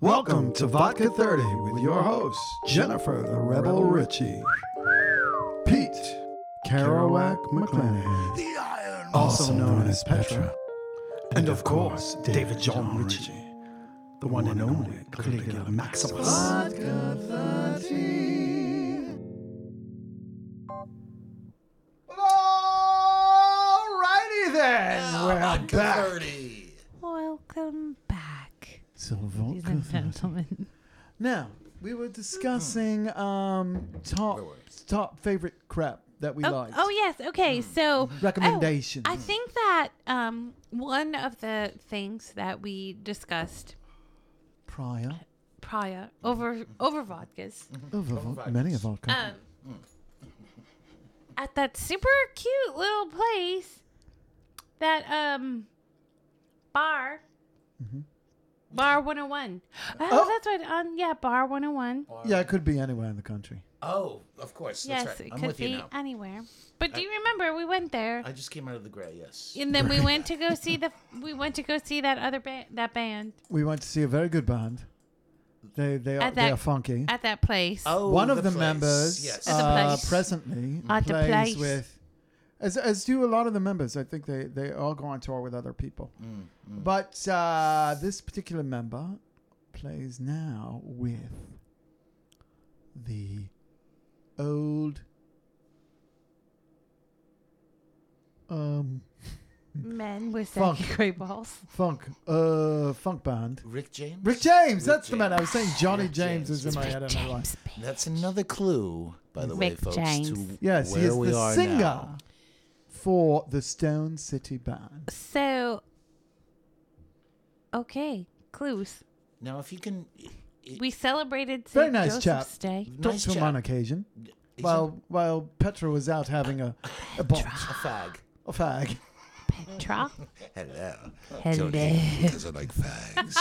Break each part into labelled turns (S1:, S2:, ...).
S1: Welcome to Vodka 30 with your hosts, Jennifer the Rebel Richie, Pete Kerouac McClanahan, also known as Petra, and of course, David John Richie, the one and only Caligula Maximus. Vodka 30. Alrighty then, we're back.
S2: Welcome back,
S3: So
S2: ladies and gentlemen.
S3: Now we were discussing um, top top favorite crap that we
S2: Oh,
S3: liked.
S2: oh yes,
S4: Mm.
S2: okay. So oh,
S3: Recommendations.
S2: I think that um, one of the things that we discussed
S3: Prior
S2: prior over over vodkas
S4: Mm-hmm.
S3: of our- many of our companies.
S2: um,
S4: Mm-hmm.
S2: at that super cute little place, that um bar.
S4: Mm-hmm.
S2: Bar 101. Oh,
S3: Oh.
S2: that's right. Um, yeah, Bar 101.
S3: Uh, yeah, it could be anywhere in the country.
S4: Oh, of course.
S2: yes,
S4: That's right.
S2: it
S4: I'm
S2: could
S4: with you
S2: be
S4: now.
S2: anywhere. But do you remember we went there?
S4: I just came out of the gray, yes.
S2: And then we went to go see the we went to go see that other band that band
S3: We went to see a very good band. They they are
S2: At
S3: they
S2: that-
S3: are funky.
S2: at that place.
S4: Oh,
S3: One of the
S4: place.
S3: members
S4: Yes.
S2: At the
S3: uh,
S2: place.
S3: presently
S2: At the
S3: plays
S2: place.
S3: with as as do a lot of the members. I think they they all go on tour with other people.
S4: Mm,
S3: But uh, this particular member plays now with the old um
S2: Men with
S3: Fuck.
S2: saggy gray balls.
S3: funk uh funk band.
S4: Rick James?
S3: Rick James,
S4: Rick
S3: that's the man I
S4: James.
S3: was saying. Johnny
S4: Rick
S3: James, is
S4: James.
S3: in my head. Oh, I don't know why.
S2: James Bay.
S4: That's another clue, by the way,
S2: Rick
S4: folks,
S2: James.
S4: to
S3: Yes,
S4: where
S3: he is
S4: we
S3: the
S4: are
S3: singer
S4: now.
S3: for the Stone City Band.
S2: So Okay, clues.
S4: Now, if you can... It,
S2: We celebrated St.
S3: Very nice
S2: Joseph's
S3: chap.
S2: Day.
S3: Talked
S4: nice
S3: to him
S4: chap.
S3: on occasion
S4: Is
S3: while while Petra was out having a a, bong,
S4: it a fag.
S3: a fag.
S2: Petra.
S4: Hello.
S2: Hello.
S4: Because I like fags.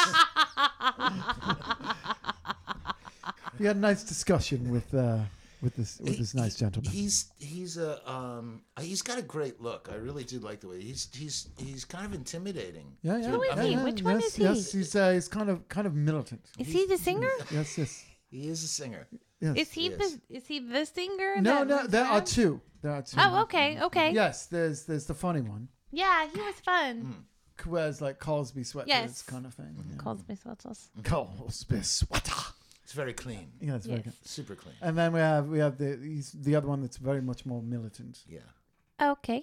S3: We had a nice discussion with uh, with this with this
S4: He-
S3: nice
S4: he-
S3: gentleman.
S4: He's he's a um he's got a great look. I really do like the way he's he's he's kind of intimidating.
S3: yeah, yeah.
S2: Who is
S3: yeah,
S2: he?
S3: yeah,
S2: Which one
S3: yes,
S2: is he?
S3: Yes, he's uh, he's kind of kind of militant.
S2: Is he the singer?
S3: Yes, yes,
S4: He is a singer.
S3: yes.
S2: Is he
S4: Yes.
S2: the is he the singer?
S3: no,
S2: that
S3: no,
S2: runs
S3: there are
S2: around?
S3: two. There are two.
S2: Oh, okay, okay. Yeah,
S3: Yes, there's there's the funny one,
S2: he was fun.
S3: who wears like Cosby sweaters
S2: Yes.
S3: kind of thing. Yeah.
S2: Calls me Sweatles.
S3: Cosby sweater.
S4: It's very clean.
S3: Yeah, that's very
S2: Yes.
S3: good.
S4: Super clean.
S3: And then we have we have the he's the other one that's very much more militant,
S4: Yeah.
S2: Okay.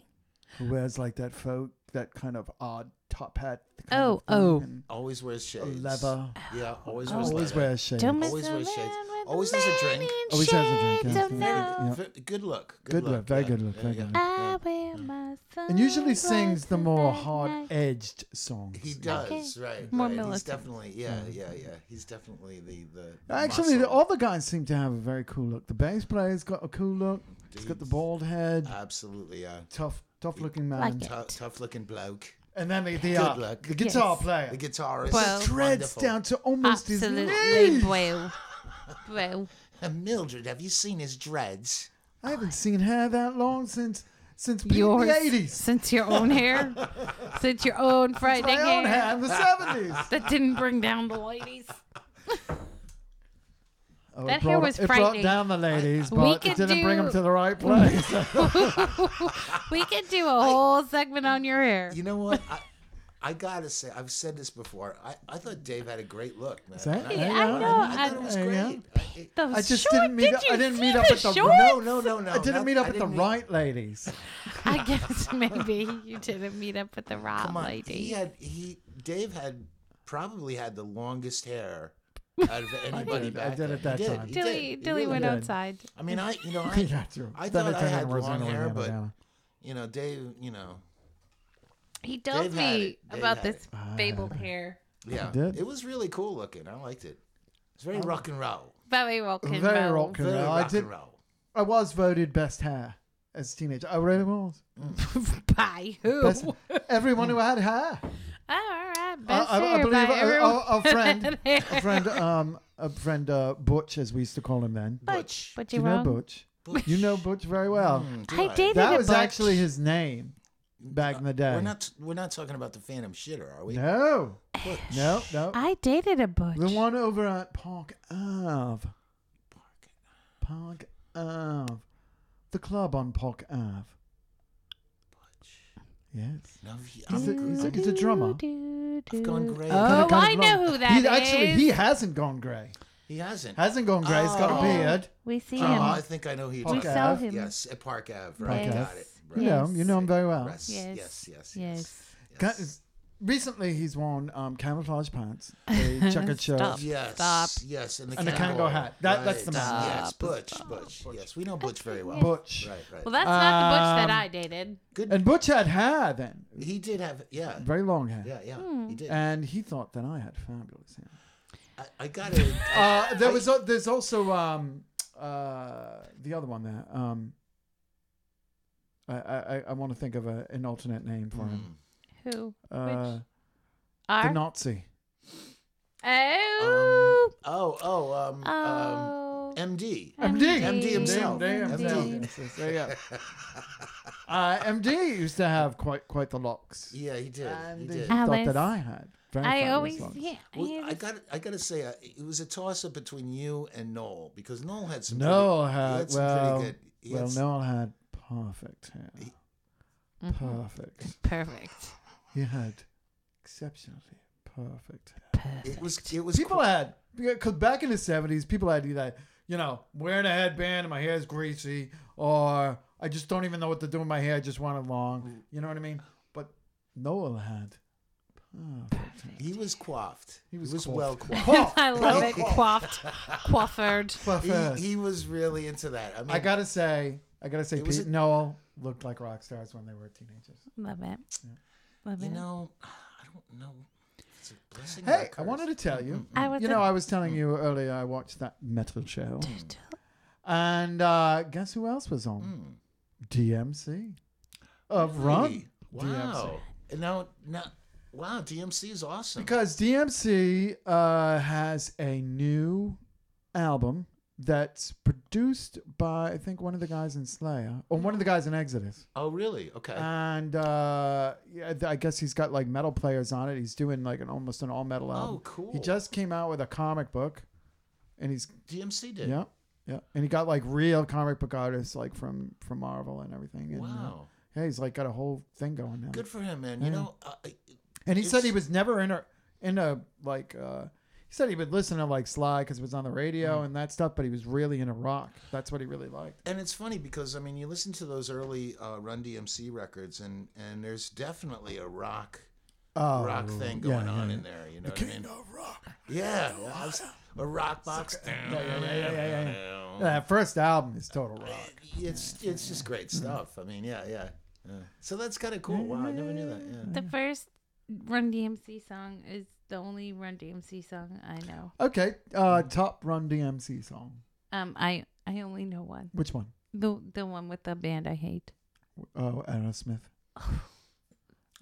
S3: who wears like that folk, that kind of odd top hat. the kind
S2: Oh,
S3: of thing,
S2: oh.
S3: and
S4: Always wears shades.
S3: a Oh, leather. Oh,
S4: Yeah, always wears
S3: Always
S4: leather.
S3: wears shades.
S2: Don't mess
S4: Always wears
S2: around
S4: shades.
S2: with
S4: Always
S2: the
S4: has a
S2: man
S4: drink.
S2: in
S3: Always has a drink,
S2: shades,
S3: yeah.
S2: oh,
S3: Yeah.
S2: no.
S4: V- Good look. Good,
S3: Good look, very good look, very
S4: yeah.
S3: good look.
S2: I wear my
S3: And usually
S2: sunglasses
S3: sings the more
S2: at
S3: hard
S2: night.
S3: edged songs.
S4: He does, right.
S2: More
S4: right. He's
S2: militant.
S4: definitely, yeah, yeah, yeah. He's definitely the. the the
S3: Actually, the,
S4: muscle.
S3: all the guys seem to have a very cool look. The bass player's got a cool look. He's got the bald head,
S4: Uh, Absolutely, yeah.
S3: tough, tough looking man.
S2: Like it.
S4: Tough, tough looking bloke.
S3: And then the the,
S4: Good
S3: uh,
S4: luck.
S3: the guitar
S2: Yes.
S3: player.
S4: The guitarist.
S2: Well-
S3: Treads
S4: Wonderful.
S3: down to almost his
S2: Absolutely,
S3: knees.
S2: bro. Bro.
S4: Uh, Mildred, have you seen his dreads?
S3: I haven't seen hair that long since since Pete in
S2: Yours
S3: the eighties.
S2: since your own hair, since your own Friday
S3: My own hair
S2: hair
S3: in the seventies.
S2: that didn't bring down the ladies.
S3: Oh,
S2: That
S3: it
S2: hair
S3: brought,
S2: was
S3: it brought
S2: frightening.
S3: down the ladies,
S2: We
S3: but it
S2: could
S3: didn't bring them
S2: do-
S3: to the right place.
S2: We could do a whole segment on your hair.
S4: You know what? I, I gotta say, I've said this before. I, I thought Dave had a great look, man.
S3: Is that-
S4: And
S3: Yeah,
S4: I,
S3: I
S4: I,
S3: know,
S4: thought it was
S3: I-
S4: great.
S3: yeah.
S4: I- it-
S2: Those
S3: I just
S2: short-
S3: didn't meet.
S2: Did
S3: up,
S2: you
S3: I didn't
S2: see
S3: meet up
S2: the
S3: at the
S2: shorts?
S4: no, no, no, no.
S3: I didn't
S4: not-
S3: meet up
S4: I
S3: at the
S4: didn't meet-
S3: right ladies.
S2: I guess maybe you didn't meet up with the wrong
S4: Come on, he
S2: lady.
S4: had he. Dave had probably had the longest hair out of anybody
S3: did, I
S4: back
S3: did at
S4: then.
S3: that
S4: he did,
S3: time.
S4: He
S2: Till
S4: did.
S2: he,
S4: he
S2: till he
S4: really
S2: went
S4: did.
S2: outside.
S4: I mean, I you know
S3: Yeah,
S4: I,
S3: true.
S4: I
S3: Then
S4: thought
S3: it
S4: I
S3: turned
S4: had
S3: into Rosanna
S4: long hair,
S3: Louisiana
S4: but
S3: Downer.
S4: you know Dave, you know,
S2: He told
S4: Dave had
S2: me
S4: it. Dave
S2: about
S4: had
S2: this fabled hair.
S4: yeah,
S3: did.
S4: it was really cool looking. I liked it. It's very rock and roll.
S2: Very rock and
S3: Very
S2: roll.
S3: rock and
S4: Very
S3: roll. I
S4: rock
S3: did.
S4: and roll.
S3: I was voted best hair as a teenager. I really was.
S2: By who?
S3: Best, everyone who had hair.
S2: Oh, all right.
S3: I,
S2: Best
S3: I- I
S2: hair
S3: believe
S2: by
S3: a, a-
S2: everyone.
S3: a friend, a friend, um, a friend, uh, Butch, as we used to call him then.
S4: Butch.
S2: But
S3: Do you
S2: you're
S3: know
S2: wrong.
S3: Butch? You know Butch very well.
S4: Mm, do
S2: I
S4: I? uh,
S2: dated
S3: That
S2: a
S3: was
S2: butch.
S3: actually his name. back in the day.
S4: We're not we're not talking about the Phantom Shitter, are we?
S3: No,
S4: Butch.
S3: no, no.
S2: I dated a Ah, butch.
S3: the one over at Park Ave. Park Ave. The club on Park Ave. Yes.
S4: No, he-
S3: He's a-
S4: I'm-
S3: he's a- he's a drummer.
S2: Do, do,
S4: I've gone
S2: do.
S4: gray.
S3: Kinda
S2: Oh,
S3: gone
S2: I know
S3: blonde.
S2: who that is.
S3: he, Actually, he hasn't gone grey.
S4: he hasn't.
S3: Hasn't gone grey. He's got
S4: Oh.
S3: a beard.
S2: We see
S4: Oh,
S2: him.
S4: I think I know who you're
S2: we
S3: Park
S4: talking
S2: saw
S3: Ave.
S2: him.
S4: Yes, at Park Ave. Right,
S2: Park
S4: got
S2: Ave.
S4: it.
S3: You
S4: Right.
S3: know him. You know him very well.
S4: Yes,
S2: Yes.
S4: yes, yes, yes.
S2: Yes.
S3: Got-
S4: yes.
S3: Recently, he's worn um, camouflage pants, a checkered shirt.
S2: Stop.
S4: Yes.
S2: Stop.
S4: Yes, and the
S3: And the
S4: cowboy.
S3: Kango hat. That- that's the
S4: Right.
S3: man.
S4: Yes,
S2: Stop.
S4: Butch, Butch. Yes, we know Butch very well.
S3: Butch.
S4: Right, right.
S2: Well, that's not the butch that
S3: Um,
S2: I dated.
S4: Good.
S3: And Butch had hair then,
S4: he did have. Yeah.
S3: very long hair.
S4: Yeah, yeah.
S2: Hmm.
S4: He did.
S3: And he thought that I had fabulous hair.
S4: I, I got to
S3: Uh, there was al- there's also um, uh, the other one there. Um, I, I, I- I want to think of a, an alternate name for
S4: hmm.
S3: him.
S2: Who?
S3: Uh, the
S2: R?
S3: Nazi.
S2: oh.
S4: oh, oh, um, um,
S2: oh.
S4: MD.
S3: MD.
S4: MD himself.
S3: MD,
S4: MD.
S3: Yes, yes, there you go. Uh, MD used to have quite quite the locks.
S4: Yeah, he did. He
S3: And
S4: did.
S2: Uh,
S3: thought
S2: Alice.
S3: that I had. Very
S2: I
S3: fabulous
S2: always.
S3: locks.
S2: Yeah,
S4: Well,
S2: he
S4: I
S2: was-
S4: got I got to say uh, it was a toss up between you and Noel because Noel had some
S3: Noel
S4: pretty, he
S3: had,
S4: some
S3: uh, well,
S4: pretty good he had
S3: Well,
S4: s-
S3: Noel had perfect hair.
S4: Mm-hmm.
S2: Mm-hmm.
S3: Perfect.
S2: perfect.
S3: He had exceptionally perfect hair.
S4: it was it was
S3: People had because back in the seventies, people had either you know wearing a headband and my hair's greasy, or I just don't even know what to do with my hair. I just want it long. You know what I mean? But Noel had perfect. hair.
S4: he was coiffed he was,
S3: was coiffed.
S4: well coiffed
S2: I love it. Quaffed. Quaffered.
S3: Perfect.
S4: he, he was really into that I mean
S3: I gotta say, I gotta say,
S4: It was
S3: Pete
S4: a-
S3: Noel looked like rock stars when they were teenagers.
S2: Love it. Love
S4: you
S2: it.
S4: know I don't know it's a blessing or a
S3: Hey, I
S4: curse.
S3: wanted to tell you.
S4: Mm-hmm.
S2: I was
S3: You know, I was telling you earlier I watched that metal show. And uh, guess who else was on? DMC. Of Run.
S4: Hmm. Really? wow now now wow DMC is awesome
S3: Because DMC uh, has a new album that's produced by, I think, one of the guys in Slayer, or one of the guys in Exodus.
S4: oh really okay
S3: And uh, yeah, th- I guess he's got like metal players on it. He's doing like an almost an all metal album.
S4: Oh, cool.
S3: He just came out with a comic book, and he's
S4: DMC did
S3: Yeah, yeah, and he got like real comic book artists like from from Marvel and everything. And, uh,
S4: wow
S3: yeah, he's like got a whole thing going now.
S4: good for him man you know uh, I-
S3: and he said
S4: it's-
S3: he was never in a in a like. uh He said he would listen to like Sly because it was on the
S4: Mm-hmm.
S3: radio and that stuff, but he was really into rock. That's what he really liked.
S4: and it's funny because I mean, you listen to those early uh, Run DMC records, and and there's definitely a rock
S3: Oh,
S4: rock thing
S3: yeah,
S4: going
S3: yeah,
S4: on
S3: yeah.
S4: in there. You know what I mean? Yeah, well, I was- a rock box. Oh.
S3: That first album is total rock. Mm.
S4: It's it's just great stuff. I mean, yeah, yeah. yeah. So that's kind of cool. Wow, I never knew that. Yeah.
S2: The first Run DMC song is the only Run DMC song I know.
S3: Okay, uh, top Run DMC song.
S2: Um, I I only know one.
S3: Which one?
S2: The the one with the band I hate.
S3: Oh, Aerosmith.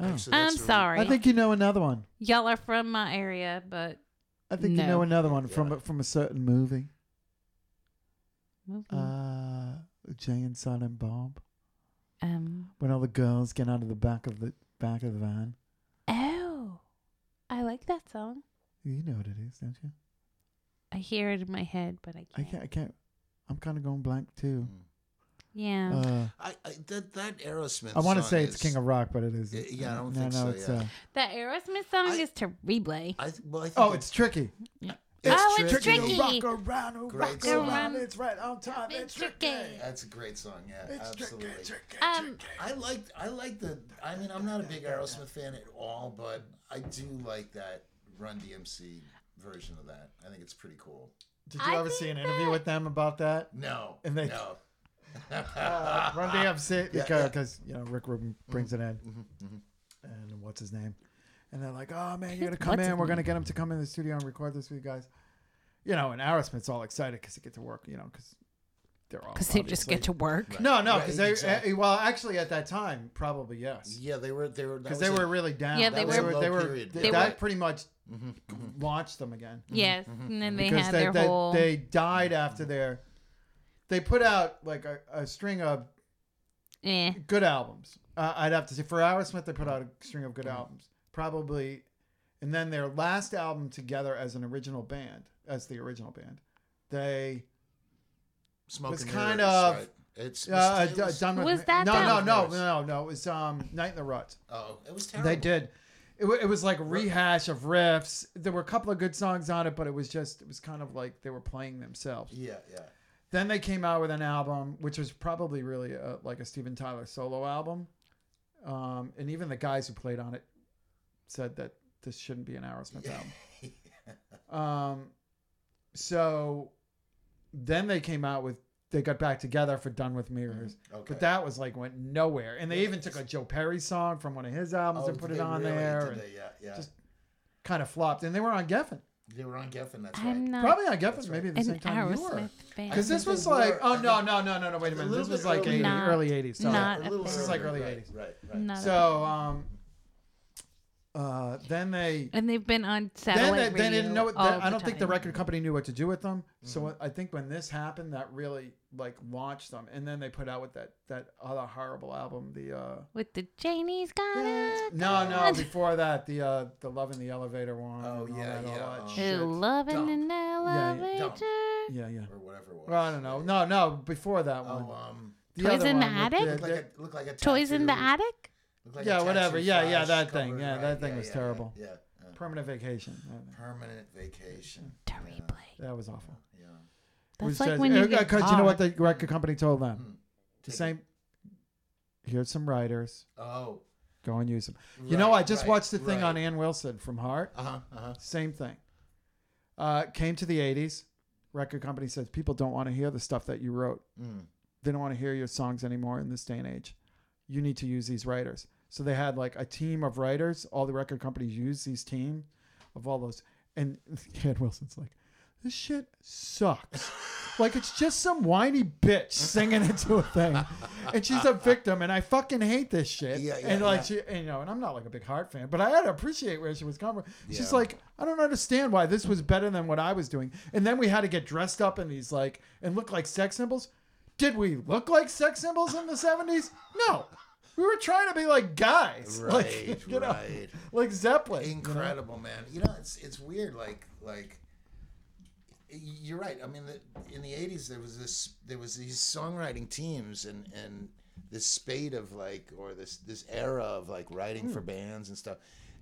S3: Oh.
S4: Actually,
S2: I'm
S4: that's a-
S2: sorry.
S3: I think you know another one.
S2: Y'all are from my area, but
S3: I think you
S2: No.
S3: know another one from a, from a certain movie. Uh,
S2: Mm.
S3: Jay and Silent Bob.
S2: um
S3: When all the girls get out of the back of the back of the van.
S2: oh, I like that song.
S3: You know what it is, don't you?
S2: I hear it in my head, but I
S3: I
S2: can't.
S3: can't. I can't. I'm kind of going blank too.
S2: Yeah.
S3: Uh,
S4: I, I that that Aerosmith.
S3: I want to
S4: song
S3: say it's
S4: is-
S3: King of Rock, but it isn't.
S4: Yeah, I don't
S3: no,
S4: think
S3: no,
S4: so,
S3: It's,
S4: yeah.
S3: uh,
S2: the Aerosmith song
S4: I-
S2: is terrible.
S4: I th- well, I think
S3: oh, it's tricky.
S2: Oh, it's
S4: tricky.
S2: tricky.
S3: Rock around, rock
S4: Great
S3: around.
S4: song.
S3: It's right on time.
S2: It's
S3: It's, tricky.
S2: tricky.
S4: That's a great song. Yeah,
S3: It's
S4: absolutely.
S3: tricky. Tricky.
S2: Um,
S4: I like I like the I mean I'm not a big Aerosmith fan at all, but I do like that Run DMC version of that. I think it's pretty cool.
S3: Did you
S2: I
S3: ever see
S2: think
S3: an interview
S2: that-
S3: with them about that?
S4: No,
S3: And they-
S4: no, Mm-hmm,
S3: uh, Run DMC
S4: Yeah, yeah. Mm.
S3: because you know Rick Rubin brings it in,
S4: mm-hmm.
S3: and what's his name, and they're like, "Oh man, you're gonna come
S2: What's
S3: in.
S2: his
S3: We're gonna get him to come in the studio and record this with you guys." You know, and Aerosmith's all excited because they get to work. You know, because they're all
S2: because they just get to work.
S3: no, no, because
S4: Right,
S3: they
S4: exactly.
S3: eh, well, actually at that time probably yes,
S4: yeah, they were they were that
S3: because
S4: was
S3: they
S4: a-
S3: were really down.
S2: Yeah, they
S3: That was-
S2: were-
S3: They
S4: Low
S3: were.
S4: period.
S3: th-
S4: They
S3: that
S4: were-
S3: pretty much
S4: Mm-hmm,
S3: launched them again
S2: Yes, and then they
S3: because
S2: had
S3: they
S2: their
S3: they,
S2: whole.
S3: they died after their. They put out like a, a string of
S2: Eh.
S3: good albums. Uh, I'd have to say for Aerosmith, they put out a string of good
S4: Mm.
S3: albums, probably, and then their last album together as an original band, as the original band, they
S4: Smoking
S3: was
S4: mirrors,
S3: kind of,
S4: right? it's
S3: uh,
S4: it
S3: d-
S4: was-
S3: done with
S2: Was
S3: Me.
S2: that
S3: no, no,
S2: them?
S3: no, no, no, no. It was um, Night in the Rut.
S4: oh, it was terrible.
S3: They did. It, wa- it was like a rehash of riffs. There were a couple of good songs on it, but it was just it was kind of like they were playing themselves.
S4: Yeah, yeah.
S3: Then they came out with an album, which was probably really a, like a Steven Tyler solo album. Um, and even the guys who played on it said that this shouldn't be an Aerosmith album. Um, so then they came out with they got back together for Done with Mirrors,
S4: Mm-hmm. Okay.
S3: but that was like went nowhere. And they even took a Joe Perry song from one of his albums
S4: Oh,
S3: and put
S4: they
S3: it on
S4: really
S3: there,
S4: did
S3: and
S4: they? yeah, yeah.
S3: just- kind of flopped. And they were on Geffen,
S4: they were on Geffen. That's right.
S2: I'm not
S3: probably on Geffen,
S4: right.
S3: maybe at the
S2: an
S3: same time you were.
S2: Aerosmith fan.
S3: Because
S4: I
S3: this
S4: think
S3: was
S4: they
S3: like,
S4: were.
S3: oh
S4: I
S3: no,
S4: think-
S3: no, no, no, no, wait a minute.
S4: little
S3: This was
S4: bit
S3: like
S4: earlier.
S3: 80,
S2: Not-
S3: early 80s. Sorry.
S2: not
S4: a little
S2: This
S3: is like
S4: earlier,
S3: early
S4: right,
S3: 80s.
S4: Right, right.
S2: Not a-
S3: So um, uh, then they
S2: and they've been on
S3: then
S2: satellite
S3: they,
S2: radio.
S3: they didn't know. What,
S2: all
S3: I don't think the
S2: time.
S3: record company knew what to do with them. So I think when this happened, that really like launched them. And then they put out with that that other horrible album, the. uh
S2: with the Janie's got it.
S3: no, no. Before that, the uh, the love in the elevator one.
S4: Oh,
S3: and all
S4: yeah,
S3: that, all
S4: yeah,
S3: that
S4: um,
S3: shit.
S2: Loving
S4: Dumb.
S2: an
S3: yeah.
S2: elevator.
S4: Dumb.
S3: yeah, yeah.
S4: Or whatever it was.
S3: Well, I don't know. No, no. Before that one.
S4: Oh, um,
S3: The
S2: Toys
S3: other
S2: in the
S3: one with
S4: looked
S2: Attic?
S4: like a, looked like a
S2: Toys in the
S4: tattoo-
S2: attic.
S4: looked like a
S3: Yeah, whatever.
S4: tattoo
S3: Yeah, yeah,
S4: flash
S3: that thing.
S4: covered,
S3: Yeah,
S4: right,
S3: that thing was
S4: yeah,
S3: terrible.
S4: Yeah, yeah.
S3: Permanent vacation.
S4: permanent vacation.
S2: To
S4: Yeah,
S2: replay.
S3: That was awful.
S4: Yeah.
S2: That's
S3: was
S2: like
S3: just-
S2: when you
S3: uh,
S2: get
S3: 'cause you know what
S2: caught.
S3: the record company told them.
S4: Hmm.
S3: The
S4: Take it.
S3: same. Here's some writers.
S4: Oh.
S3: Go and use them. you know, I just watched the
S4: the
S3: thing on Ann Wilson from Heart.
S4: Uh huh. Uh huh.
S3: Same thing. Uh, came to the 80s. Record company says people don't want to hear the stuff that you wrote.
S4: Mm.
S3: They don't want to hear your songs anymore in this day and age. You need to use these writers. So they had like a team of writers. All the record companies use these team of all those. And Ann Wilson's like, this shit sucks. like it's just some whiny bitch singing into a thing, and she's a victim, and I fucking hate this shit.
S4: Yeah, yeah,
S3: and like
S4: yeah.
S3: she, and, you know, and I'm not like a big Heart fan, but I had to appreciate where she was coming. from. She's
S4: Yeah.
S3: like, I don't understand why this was better than what I was doing. And then we had to get dressed up in these like and look like sex symbols. Did we look like sex symbols in the '70s? No. We were trying to be like guys, like
S4: Right,
S3: you know,
S4: right.
S3: like Zeppelin. you know?
S4: Incredible, man. You know, it's it's weird. Like like. You're right. I mean, the, in the '80s, there was this, there was these songwriting teams, and and this spate of like, or this this era of like writing
S3: Hmm.
S4: for bands and stuff,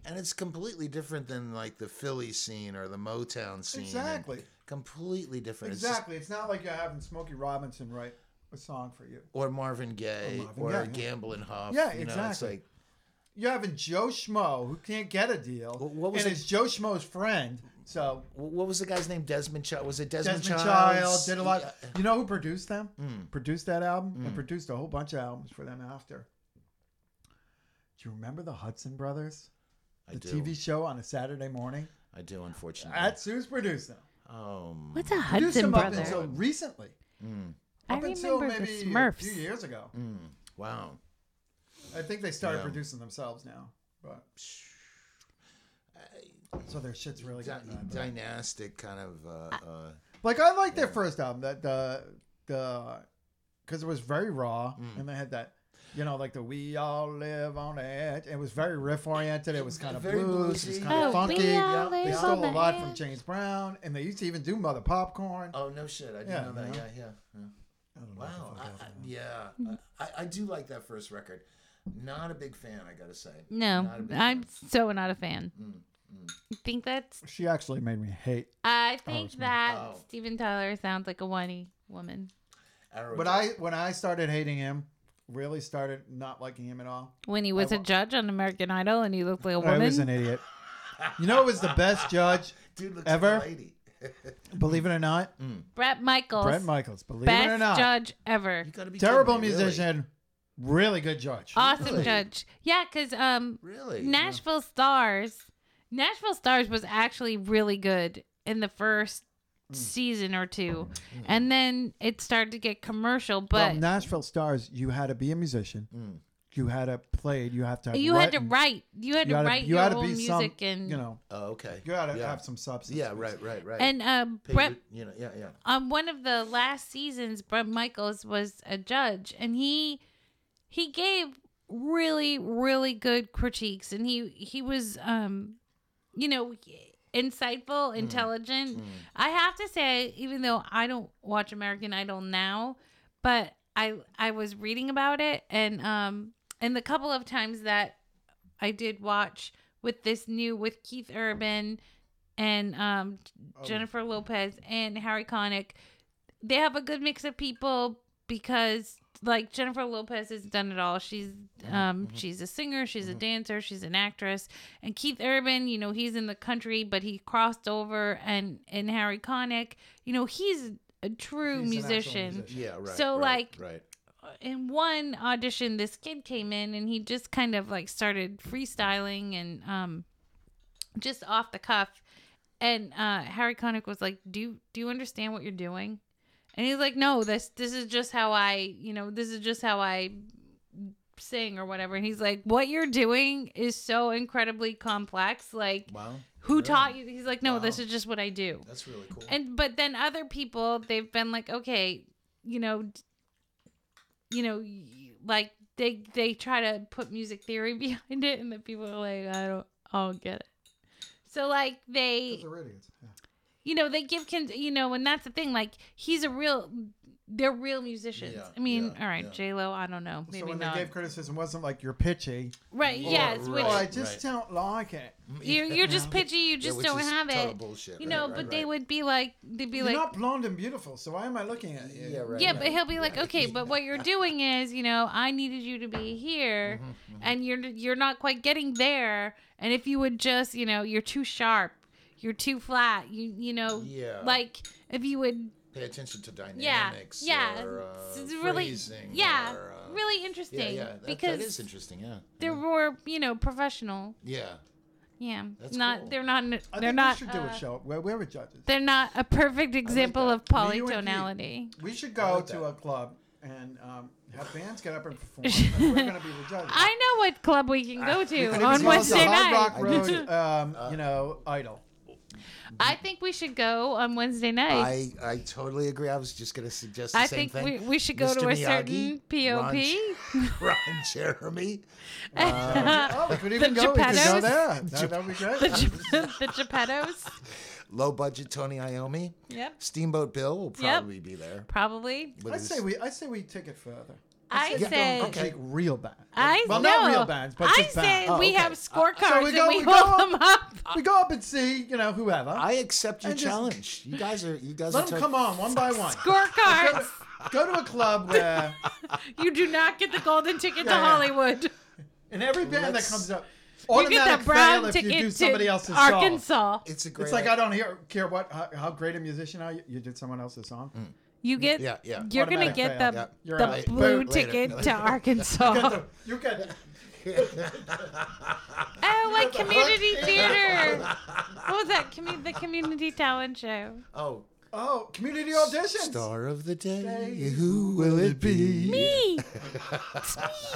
S4: and it's completely different than like the Philly scene or the Motown scene. and
S3: Exactly.
S4: Completely different. It's just-
S3: Exactly. It's not like you're having Smokey Robinson write a song for you.
S4: or Marvin Gaye or,
S3: Marvin Gaye, yeah.
S4: Gamble and Huff.
S3: Yeah,
S4: you know, It's
S3: exactly.
S4: like
S3: You're having Joe Schmo, who can't get a deal,
S4: Wh- what was
S3: and
S4: it-
S3: is Joe Schmo's friend. So
S4: wh- what was the guy's name? Desmond Child. Was it Desmond,
S3: Desmond Child
S4: Childs?
S3: did a lot.
S4: Yeah. Hmm.
S3: You know who produced them? Produced that album and produced a whole bunch of albums for them after. Do you remember the Hudson Brothers?
S4: I
S3: The
S4: do.
S3: TV show on a Saturday morning.
S4: I do, unfortunately.
S3: That's who's produced them.
S4: um,
S2: What's a
S3: Produced
S2: Hudson
S3: them up
S2: brother?
S3: until recently.
S4: Hmm.
S2: I
S3: up
S2: remember
S3: until
S2: the
S3: maybe a few
S2: Smurfs.
S3: years ago.
S4: wow.
S3: I think they started
S4: Hmm. Yeah.
S3: producing themselves now, but so their shit's really
S4: Dy-
S3: gotten bad.
S4: dynastic kind of. Uh, uh,
S3: Like I liked their first album, that the the because it was very raw, and they had that. You know, like the "We All Live on the Edge." It was very riff oriented. It was kind of
S4: Very
S3: blues. It was
S4: bluesy.
S3: kind of
S2: Oh, we
S3: funky.
S2: all Yeah. live
S3: They
S2: on
S3: stole
S2: the
S3: a lot from
S2: edge.
S3: James Brown, and they used to even do "Mother Popcorn."
S4: oh no shit! I didn't
S3: Yeah,
S4: know that.
S3: you know?
S4: Yeah, yeah. yeah.
S3: I don't know what the
S4: Wow.
S3: fuck
S4: I,
S3: that was.
S4: I, yeah, I, I do like that first record. Not a big fan, I gotta say.
S2: No,
S4: Not a big
S2: I'm
S4: fan.
S2: so not a fan.
S3: Mm,
S2: I think that's.
S3: she actually made me hate.
S2: I think that
S4: Oh.
S2: Steven Tyler sounds like a whiny woman.
S4: Arrow
S3: But I when I started hating him, really started not liking him at all.
S2: When he was a
S3: wa-
S2: judge on American Idol and he looked like a
S3: I
S2: woman.
S3: was an idiot. You know, it was the best judge.
S4: dude looks
S3: ever-
S4: like a lady.
S3: Believe it or not,
S2: Brett Michaels,
S3: Brett Michaels. Believe
S2: best
S3: it or not,
S2: judge ever,
S4: You gotta be kidding
S3: terrible
S4: me, really.
S3: musician, really good judge.
S2: awesome
S4: Really?
S2: judge. Yeah, because um,
S4: Really?
S2: Nashville Stars, Nashville Stars was actually really good in the first
S3: Hmm.
S2: season or two, and then it started to get commercial. But
S3: well, Nashville Stars, you had to be a musician. You had to play. You have to. Have
S2: you had to
S3: written,
S2: write, you had
S3: You
S2: to
S3: had to,
S2: write
S3: you
S2: your
S3: had to
S2: own
S3: be
S2: music,
S3: some.
S2: and
S3: you know,
S4: Oh, okay.
S3: you had to
S4: yeah.
S3: have some substance.
S4: Yeah, right, right, right.
S2: and uh,
S4: Pay
S2: Brett
S4: your- you know, yeah, yeah.
S2: um, on one of the last seasons, Brett Michaels was a judge, and he he gave really really good critiques and he he was um you know insightful intelligent i have to say even though i don't watch american idol now but i i was reading about it and um and the couple of times that i did watch with this new with keith urban and um
S3: Oh.
S2: jennifer lopez and harry connick they have a good mix of people because like Jennifer Lopez has done it all. She's
S3: Mm-hmm.
S2: um she's a singer, she's a dancer, she's an actress. And Keith Urban, you know, he's in the country, but he crossed over and and Harry Connick, you know, he's a
S3: He's an
S2: true
S3: actual
S2: musician.
S3: musician.
S4: Yeah, right.
S2: So,
S4: right,
S2: like,
S4: right.
S2: In one audition, this kid came in and he just kind of like started freestyling and um just off the cuff. And uh Harry Connick was like, "Do you, do you understand what you're doing?" And he's like, "No, this this is just how I, you know, this is just how I sing or whatever." And he's like, "What you're doing is so incredibly complex. Like,
S4: Wow.
S2: who
S4: Really?
S2: taught you?" He's like, "No, this
S4: Wow.
S2: is just what I do."
S4: That's really cool.
S2: and but then other people they've been like okay you know d- you know y- like they they try to put music theory behind it and the people are like i don't i don't get it so like they
S3: They're idiots. Yeah.
S2: you know they give con- you know and that's the thing like he's a real they're real musicians
S4: Yeah,
S2: i mean
S4: yeah,
S2: all right
S4: yeah.
S2: j-lo i don't know maybe
S3: so when
S2: not
S3: they gave criticism, it wasn't like you're pitchy.
S2: right
S4: Or-
S2: yes
S4: or
S2: which
S3: Oh, I
S4: Right,
S3: just
S4: right.
S3: don't like it.
S2: you're, you're just pitchy you just
S4: which
S2: don't
S4: is
S2: have
S4: total
S2: it
S4: bullshit,
S2: you
S4: right,
S2: know
S4: right,
S2: but they
S4: right.
S2: would be like they'd be
S3: You're
S2: like
S3: not blonde and beautiful, so why am I looking at you?
S4: Yeah, right.
S2: yeah,
S4: right.
S2: but he'll be like, okay, but what you're doing is, you know, I needed you to
S4: Mm-hmm.
S2: be here, and you're you're not quite getting there. And if you would just, you know, you're too sharp, you're too flat, you you know,
S4: Yeah.
S2: like if you would,
S4: Pay attention to
S2: yeah,
S4: dynamics.
S2: yeah,
S4: Or, uh,
S2: it's really,
S4: phrasing
S2: yeah,
S4: or, uh,
S2: really
S4: Yeah,
S2: interesting
S4: yeah. That,
S2: because
S4: that is interesting. Yeah. Mm-hmm.
S2: they're more, you know, professional.
S4: Yeah.
S2: Yeah,
S4: That's
S2: not
S4: cool.
S2: they're not
S3: I
S2: they're
S3: think
S2: not
S3: We should do
S2: uh,
S3: a show where where we're judges.
S2: they're not a
S4: uh,
S2: perfect example of
S3: Me, you, and you.
S2: polytonality.
S3: We should go
S4: like
S3: to
S4: that.
S3: a club and um, have bands get up and perform. we're gonna be the judges.
S2: I know what club we can go to on
S3: It's
S2: Wednesday
S3: also Hard
S2: night.
S3: Rock Road, um, you know, Idol.
S2: I think we should go on Wednesday night.
S4: I, I totally agree. I was just going to suggest the
S2: I,
S4: same
S2: think
S4: thing.
S2: we, we should go
S4: Mr.
S2: to a
S4: Miyagi,
S2: certain POP.
S4: Ron, Ron Jeremy.
S3: oh, we could even
S2: the
S3: go. We could go
S2: Geppettos.
S3: there. That would be great.
S2: the, Ge- the Geppettos.
S4: Low budget Tony Iommi.
S2: Yep.
S4: Steamboat Bill will probably be there.
S2: Probably.
S4: with
S3: I
S4: his-
S3: say we. I say we take it further.
S2: I
S3: Let's
S2: say.
S3: go and take real bands.
S2: I
S3: well,
S2: know.
S3: not real bands, but
S2: I
S3: just
S2: say
S3: bands. Oh,
S2: we
S3: okay.
S2: have scorecards
S3: so we go-
S2: and we,
S3: we go-
S2: hold them up.
S3: We go up and see, you know, whoever.
S4: I accept your
S3: And just-
S4: challenge. You guys are you guys
S3: Let
S4: are
S3: them
S4: tot-
S3: come on one by one.
S2: Scorecards.
S3: Go to a club where,
S2: you do not get the golden ticket
S3: Yeah,
S2: to
S3: yeah.
S2: Hollywood.
S3: and every band
S4: Let's-
S3: that comes up,
S2: You get the
S3: automatic fail
S2: brown
S3: if you do
S2: ticket
S3: somebody
S2: to
S3: else's song.
S2: Arkansas.
S4: It's a great.
S3: It's like I don't hear, care what how, how great a musician are you, you did someone else's song.
S4: Mm.
S2: You get.
S4: Yeah, yeah.
S2: You're gonna
S3: Automatic
S2: get
S3: fail.
S2: the,
S4: Yeah.
S3: You're
S2: the
S3: out.
S2: blue
S4: Later.
S2: ticket
S4: Later.
S2: to Arkansas.
S3: You get
S2: Oh, like community theater. What was that? Commu- the community talent show.
S4: oh,
S3: oh community auditions.
S4: star of the day,
S3: Day.
S4: who will it be?
S2: Me.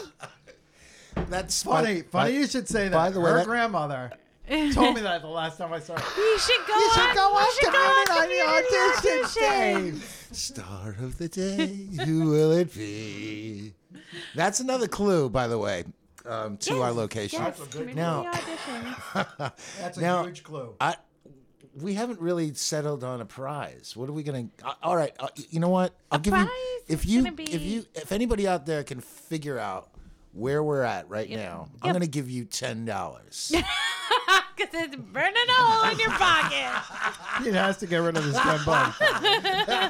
S4: That's
S3: Funny, funny
S4: by- by-
S3: you should say that.
S4: by the way,
S3: her
S4: that-
S3: grandmother
S2: we should go
S3: told me that the last time I saw her.
S2: on. we should go on community audition.
S4: Star of the day, who will it be? That's another clue, by the way, um, to our location.
S2: Yes,
S3: big
S2: community
S4: Now-
S2: audition.
S3: That's a
S4: Now-
S3: huge clue.
S4: I, we haven't really settled on a prize. What are we gonna? Uh, all right, uh, you know what? I'll give
S2: prize
S4: you
S2: is
S4: if you
S2: gonna
S4: if you if anybody out there can figure out where we're at right now, I'm
S2: Yep.
S4: gonna give you ten dollars.
S2: Because it's burning a hole in your pocket.
S3: Pete has to get rid of this damn bug.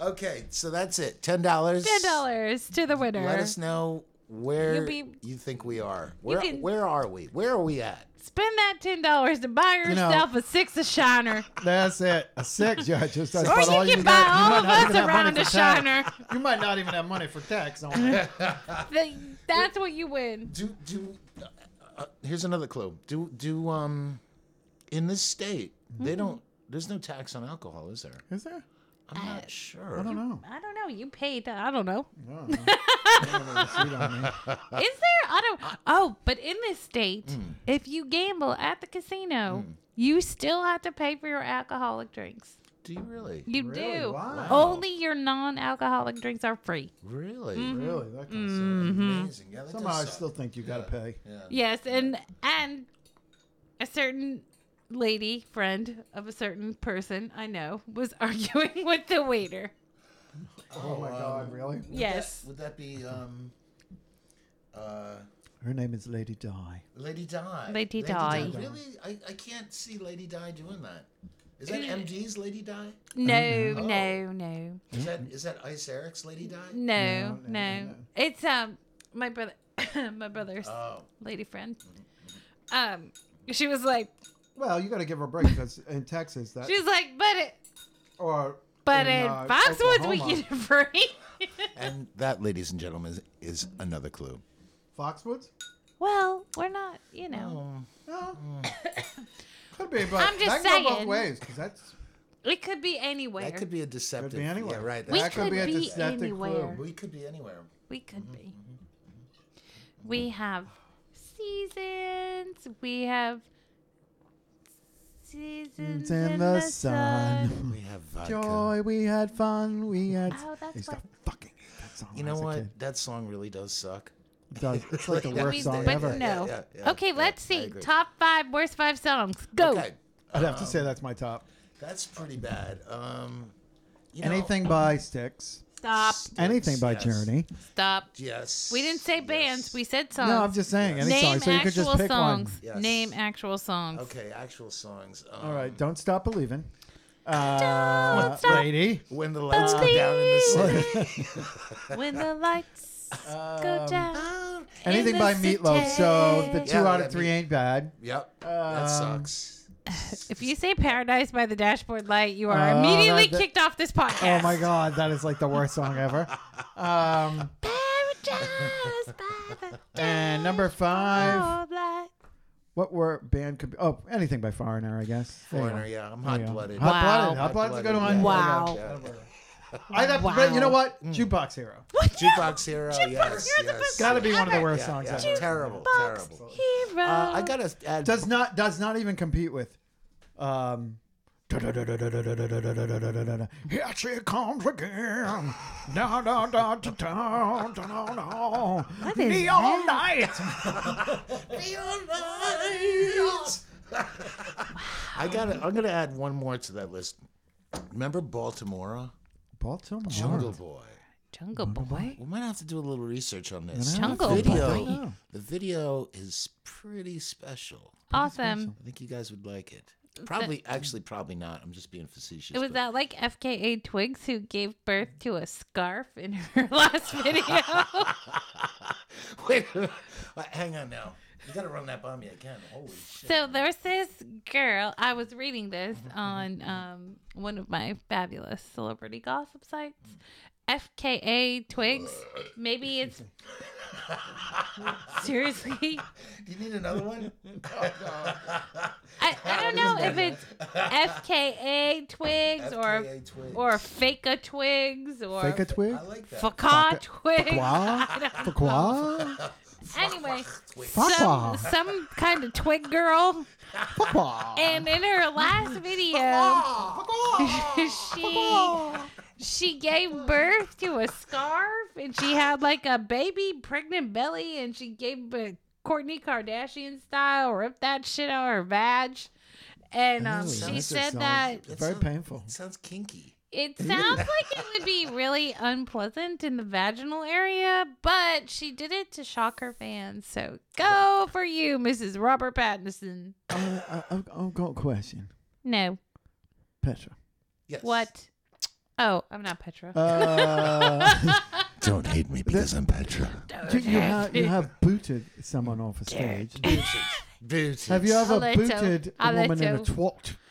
S4: okay, so that's it. Ten dollars.
S2: Ten dollars to the winner.
S4: Let us know where
S2: You'll be-
S4: you think we are. Where
S2: can-
S4: where are we? Where are we at?
S2: Spend that ten dollars to buy
S3: know-
S2: yourself a six of shiner.
S3: That's it. A six, yeah, just that's
S2: Or
S3: about
S2: you
S3: all
S2: can
S3: you
S2: buy
S3: got.
S2: all
S3: you might
S2: of
S3: not
S2: us
S3: even
S2: a
S3: have money
S2: round
S3: for
S2: of
S3: tax.
S2: Shiner.
S3: You might not even have money for tax. On that.
S2: Th- That's what you win.
S4: Do do. Uh, uh, here's another clue. Do do um, in this state
S2: Mm-hmm.
S4: they don't. There's no tax on alcohol, is there?
S3: Is there?
S4: I'm
S2: Uh,
S4: not sure.
S3: I don't know.
S2: I don't know. You paid. I don't know.
S3: You don't know.
S2: Is there? Uh, I Mm. don't. Oh, but in this state, Mm. if you gamble at the casino, you still have to pay for your alcoholic drinks.
S4: Do you really?
S2: You
S3: Really?
S2: do. Oh.
S3: Wow.
S2: Only your non-alcoholic drinks are free.
S4: Really?
S3: Really? That kind of stuff.
S2: Mm. Mm-hmm.
S4: Amazing. Yeah, that
S3: Somehow I
S4: does suck.
S3: still think you gotta pay.
S4: Yeah.
S2: Yes, and and a certain lady friend of a certain person I know was arguing with the waiter.
S3: Oh, my God, really?
S2: Yes.
S4: Um, Would that be um, uh,
S3: Her name is Lady Di.
S4: Lady Di?
S2: Lady Di.
S4: Really? I, I can't see Lady Di doing that. Is
S2: Mm.
S4: that MD's Lady Di?
S2: Oh, No, no, no.
S4: Is that
S3: Mm-hmm.
S4: is that Ice Eric's Lady Di?
S2: No,
S3: no,
S2: no.
S3: no.
S2: It's um my brother my brother's
S4: Oh,
S2: lady friend. Um she was like
S3: Well, you gotta give her a break because in Texas, that
S2: she was like, but it
S3: or
S2: but
S3: in,
S2: in
S3: uh,
S2: Foxwoods we
S3: Oklahoma.
S2: get it free.
S4: and that, ladies and gentlemen, is, is another clue.
S3: Foxwoods.
S2: well, we're not, you know.
S4: Oh,
S3: No, could be, but
S2: I'm
S3: that
S2: just
S3: can go both
S2: saying.
S3: ways because that's
S2: It could be anywhere.
S4: That could be a deceptive.
S3: could be anywhere.
S4: Yeah, right.
S2: We
S4: that
S2: could
S3: a
S2: be
S3: deceptive clue.
S2: anywhere.
S4: we could be anywhere.
S2: We could be. We have seasons. We have seasons in, the, sun.
S4: We have vodka.
S3: Hmm. Joy, we had fun, we had.
S2: Oh, that's
S3: Used to
S2: what-
S3: fucking hate that song.
S4: You
S3: when I
S4: know
S3: was a
S4: what?
S3: kid.
S4: That song really does suck.
S3: It does. It's like the
S4: Yeah,
S3: worst
S2: We-
S3: song
S2: but
S3: ever.
S2: no.
S4: yeah, yeah,
S2: okay,
S4: yeah,
S2: let's
S4: I
S2: see.
S4: agree.
S2: Top five worst five songs. Go.
S4: Okay.
S3: I'd have to say that's my top.
S4: That's pretty bad. Um, you know-
S3: Anything by Sticks.
S2: Stop.
S3: Anything by
S4: Yes.
S3: Journey.
S2: Stop.
S4: Yes.
S2: We didn't say
S4: yes.
S2: bands. We said songs.
S3: No, I'm just saying any
S2: Name
S3: song. So you
S2: actual
S3: could just pick
S2: songs.
S3: one.
S4: Yes.
S2: Name actual songs.
S4: Okay, actual songs. Um,
S3: All right, don't stop believing. Uh,
S2: Don't Stop
S3: Lady.
S4: When the lights go down in the city.
S2: When the lights go
S3: Um,
S2: down. in
S3: Anything
S2: the
S3: by Meatloaf. So
S2: city.
S3: the two
S4: Yeah,
S3: out
S4: yeah,
S3: of three
S4: Meat-
S3: ain't bad.
S4: Yep.
S3: Um,
S4: that sucks.
S2: If you say Paradise by the Dashboard Light, you are
S3: Oh,
S2: immediately
S3: that- that-
S2: kicked off this podcast.
S3: Oh my God, that is like the worst song ever. Um,
S2: Paradise by the
S3: and number five,
S2: Dashboard Light.
S3: what were band could be? Oh, anything by Foreigner, I guess. There you go.
S4: Foreigner, yeah. I'm
S3: There you
S4: hot
S3: go.
S4: blooded.
S3: Hot
S2: Wow.
S3: blooded. Hot blooded's a good one.
S4: yeah.
S2: Wow.
S4: Yeah, Mm. yeah.
S3: I'd have to, but you know what? Jukebox Hero.
S4: Jukebox Hero, yes.
S2: Hero's the
S4: yes.
S2: best
S3: Gotta be one of the
S2: Ever.
S3: worst
S4: Yeah,
S3: songs
S4: yeah,
S3: ever.
S4: Terrible,
S2: Box
S4: terrible.
S2: Hero.
S4: Uh, I gotta add.
S3: Does not does not even compete with. Um, Here she comes again. Da, da, da, da, da, da, da, da.
S2: is
S3: Neon light.
S4: I gotta. I'm gonna add one more to that list. Remember Baltimore,
S3: Baltimore.
S4: Jungle Boy.
S2: Jungle Boy.
S4: We might have to do a little research on this.
S2: Jungle
S4: the video,
S3: Boy.
S4: The video is pretty special.
S2: Awesome.
S4: I think you guys would like it. Probably, actually, probably not. I'm just being facetious.
S2: It was
S4: but-
S2: that like FKA Twigs who gave birth to a scarf in her last video.
S4: Wait, a minute. Uh, hang on now. You gotta run that by me again. Holy shit!
S2: So there's this girl. I was reading this on um, one of my fabulous celebrity gossip sites, FKA Twigs. Maybe it's seriously.
S4: Do you need another one?
S2: I, I don't know if it's FKA Twigs or
S4: FKA Twigs.
S2: or Faka Twigs or
S3: Fake a twig.
S4: I like that.
S2: Faka Twigs.
S3: Qua. Qua.
S2: Anyway,
S4: Twigs.
S2: some
S3: Faka.
S2: some kind of twig girl,
S3: Qua.
S2: and in her last video. she she gave birth to a scarf and she had like a baby pregnant belly and she gave birth Courtney Kardashian style ripped that shit out of her vag. And um,
S3: Ooh,
S2: she
S4: that's-
S2: said that
S4: That
S3: Very
S4: sounds-
S3: painful.
S4: it sounds kinky.
S2: it sounds like it would be really unpleasant in the vaginal area, but she did it to shock her fans. So go for you, Mrs. Robert Pattinson.
S3: Uh, I, I've, I've got a question,
S2: No.
S3: Petra.
S4: Yes.
S2: What? Oh, I'm not Petra.
S3: Uh,
S4: Don't hate me because I'm Petra.
S3: you, you, have, you have booted someone off a stage.
S4: Booted.
S3: Have you ever
S2: Alito.
S3: booted a woman in a
S2: Alito.
S3: twat?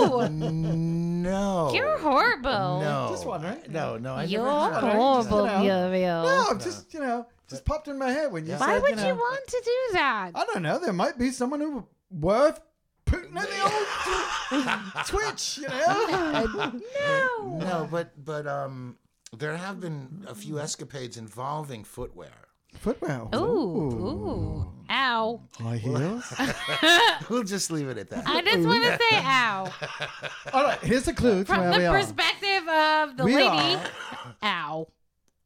S2: Oh,
S4: No.
S2: you're horrible.
S4: No.
S3: Just wondering.
S4: No, no. I
S2: You're
S4: never have.
S2: horrible,
S3: Just, you know.
S2: Muriel.
S3: No, I'm just you know, just popped in my head when you
S4: Yeah.
S3: said.
S2: Oh.
S3: Uh,
S2: Why would you,
S3: you, know,
S2: want to do that?
S3: I don't know. There might be someone who worth putting in the old Twitch. You know.
S2: no.
S4: No, but but um, there have been a few escapades involving footwear.
S3: Footwear.
S2: Ooh, ooh, ow, ow.
S3: High heels.
S4: We'll just leave it at that.
S2: I just want to say ow.
S3: All right, here's a clue to
S2: From
S3: where we
S2: the
S3: are.
S2: perspective of the
S3: We
S2: lady,
S3: are-
S2: ow.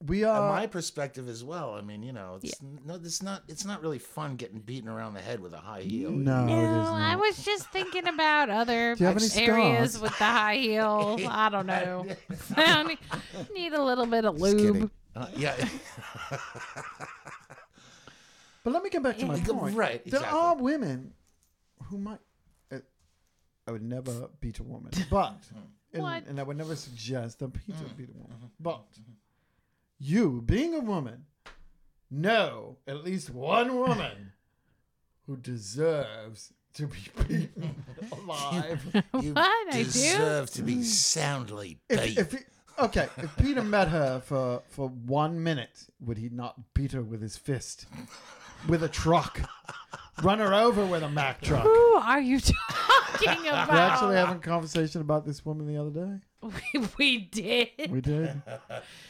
S3: We
S2: Oh.
S4: From
S3: are.
S4: my perspective as well. I mean, you know, it's no, it's not. It's not really fun getting beaten around the head with a high heel.
S3: No,
S2: No,
S3: it is Oh,
S2: I
S3: not.
S2: was just thinking about other
S3: Do you have any
S2: areas
S3: scars?
S2: with the high heel. I don't know. I need- need a little bit of
S4: Just kidding.
S2: lube.
S4: Uh, yeah,
S3: But let me get back to my
S4: Yeah,
S3: point.
S4: right,
S3: There
S4: exactly.
S3: are women who might. Uh, I would never beat a woman, but and,
S2: What?
S3: and I would never suggest a Peter
S4: Mm-hmm.
S3: beat a woman, but you being a woman, know at least one woman who deserves to be beaten alive.
S4: you
S2: What? I do?
S4: deserve to be soundly
S3: Mm. if,
S4: beat.
S3: if he, okay, if Peter met her for for one minute, would he not beat her with his fist, with a truck, run her over with a Mack truck?
S2: Who are you talking
S3: We were actually
S2: about?
S3: having a conversation about this woman the other day.
S2: We, we did.
S3: We did.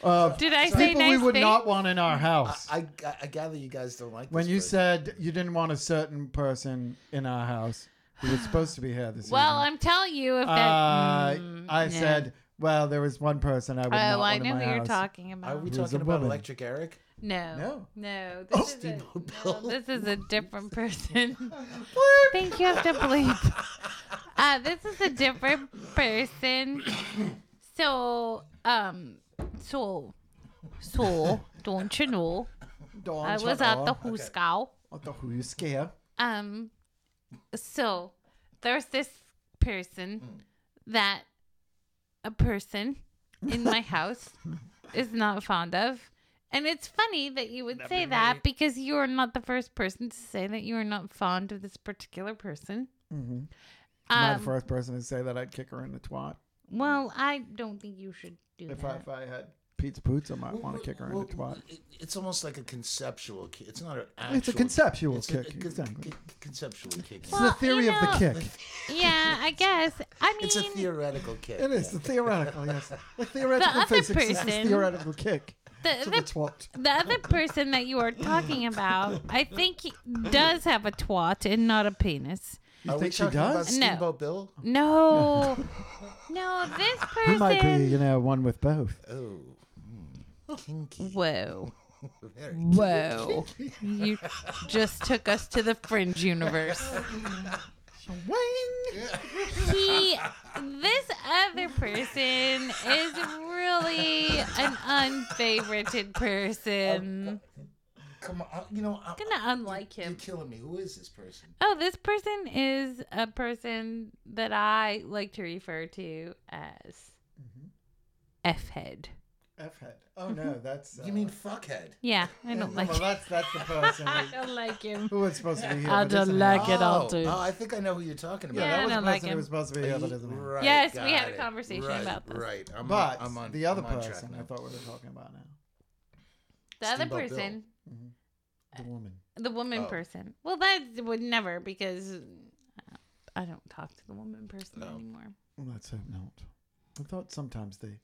S3: Uh,
S2: Did I say
S3: people
S2: nice
S3: we would
S2: things?
S3: not want in our house.
S4: I, I I gather you guys don't like
S3: when
S4: this
S3: you
S4: person.
S3: said you didn't want a certain person in our house who was supposed to be here this
S2: Well,
S3: evening,
S2: I'm telling you if that.
S3: Mm-hmm. uh,
S2: mm,
S3: I
S2: no.
S3: said, well, there was one person I would not
S2: Oh, I
S3: want in
S2: know
S3: my
S2: who you're
S3: house.
S2: talking
S4: Are
S2: about.
S4: we
S3: Who's
S4: talking
S3: a
S4: about
S3: woman?
S4: Electric Eric?
S2: No.
S3: No.
S2: No. This, is a, no, this is a different person. Think you have to bleep. Uh, this is a different person. So, um, so, so, don't you know?
S3: Don't
S2: I
S3: you
S2: was at the
S3: know?
S2: Huskow.
S3: What the who you scare?
S2: Um, so there's this person that a person in my house is not fond of. And it's funny that you would say that because you are not the first person to say that you are not fond of this particular person.
S3: Am I the
S2: Um,
S3: first person to say that I'd kick her in the twat?
S2: Well, I don't think you should do
S3: If I,
S2: that.
S3: if I had Pete's boots, I might want to kick her in
S4: Well,
S3: the twat.
S4: it- It's almost like a conceptual kick. It's not an actual.
S3: It's a conceptual
S4: It's a,
S3: kick.
S4: a con-
S3: exactly.
S4: con- conceptually kick.
S3: It's the
S2: Well,
S3: theory
S2: you
S3: of the
S2: know-
S3: kick.
S2: yeah, I guess. I mean,
S4: It's a theoretical kick.
S3: It is the theoretical, yes. The theoretical
S2: other
S3: physics is the
S2: person-
S3: theoretical kick.
S2: the,
S3: to the
S2: the
S3: twat.
S2: the other person that you are talking about, I think he does have a twat and not a penis.
S3: You
S4: Are we
S3: think she
S4: talking about
S3: does?
S2: No.
S4: Steamboat Bill?
S2: No, no, this
S3: He might be, you
S2: person.
S3: know, one with both.
S4: Oh, mm, kinky.
S2: Whoa,
S4: Very
S2: whoa! You just took us to the fringe universe.
S3: Wing!
S2: He, this other person is really an unfavorited person.
S4: Come on, I- you know. I,
S2: Gonna unlike
S4: you're
S2: him.
S4: killing me. Who is this person?
S2: Oh, this person is a person that I like to refer to as F head.
S3: F head. Oh no, that's. Uh,
S4: You mean fuckhead?
S2: Yeah, I don't like
S3: Well,
S2: him.
S3: that's that's the person
S2: I
S3: who-
S2: don't like him.
S3: who was supposed to be here.
S2: I
S3: but
S2: don't
S3: isn't
S2: like
S3: here.
S2: it all,
S4: oh,
S2: dude.
S4: oh, I think I know who you're talking about.
S2: Yeah, I
S3: that was the
S2: don't like
S3: person who
S2: him.
S3: was supposed to be here, but
S4: You-
S3: isn't here.
S4: right,
S2: Yes, we
S4: got
S2: had a
S4: it.
S2: conversation
S4: Right,
S2: about this.
S4: Right. I'm
S3: But
S4: on, I'm on,
S3: the other
S4: I'm on track
S3: person, I
S4: now.
S3: thought we were talking about now,
S2: The other
S4: Steamboat Bill.
S2: person,
S3: the woman.
S2: the woman
S4: Oh.
S2: person. Well, that would never because uh, I don't talk to the woman person anymore.
S3: Let's hope not. I thought sometimes they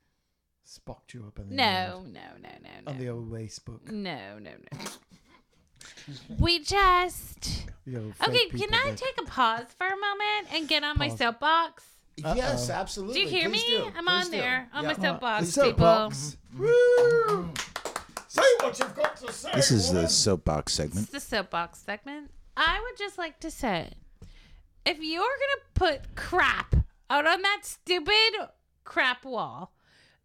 S3: spocked you up in the
S2: No,
S3: old-
S2: no, no, no,
S3: Mm-hmm. on
S2: no.
S3: the old waste book.
S2: No, no, no. We just.
S3: The old fake
S2: Okay,
S3: people
S2: can I
S3: book.
S2: take a pause for a moment and get on my
S3: Pause.
S2: soapbox?
S4: Yes,
S3: Uh-oh.
S2: Do
S4: absolutely.
S2: you hear me?
S4: Please do.
S2: I'm
S4: Please
S2: on
S4: do.
S2: there on
S4: Yeah.
S2: my soapbox,
S3: The
S2: people.
S3: soapbox. Woo! Say what you've got to say.
S4: This is the soapbox
S2: It's
S4: segment.
S2: the soapbox segment. I would just like to say, if you're gonna put crap out on that stupid crap wall,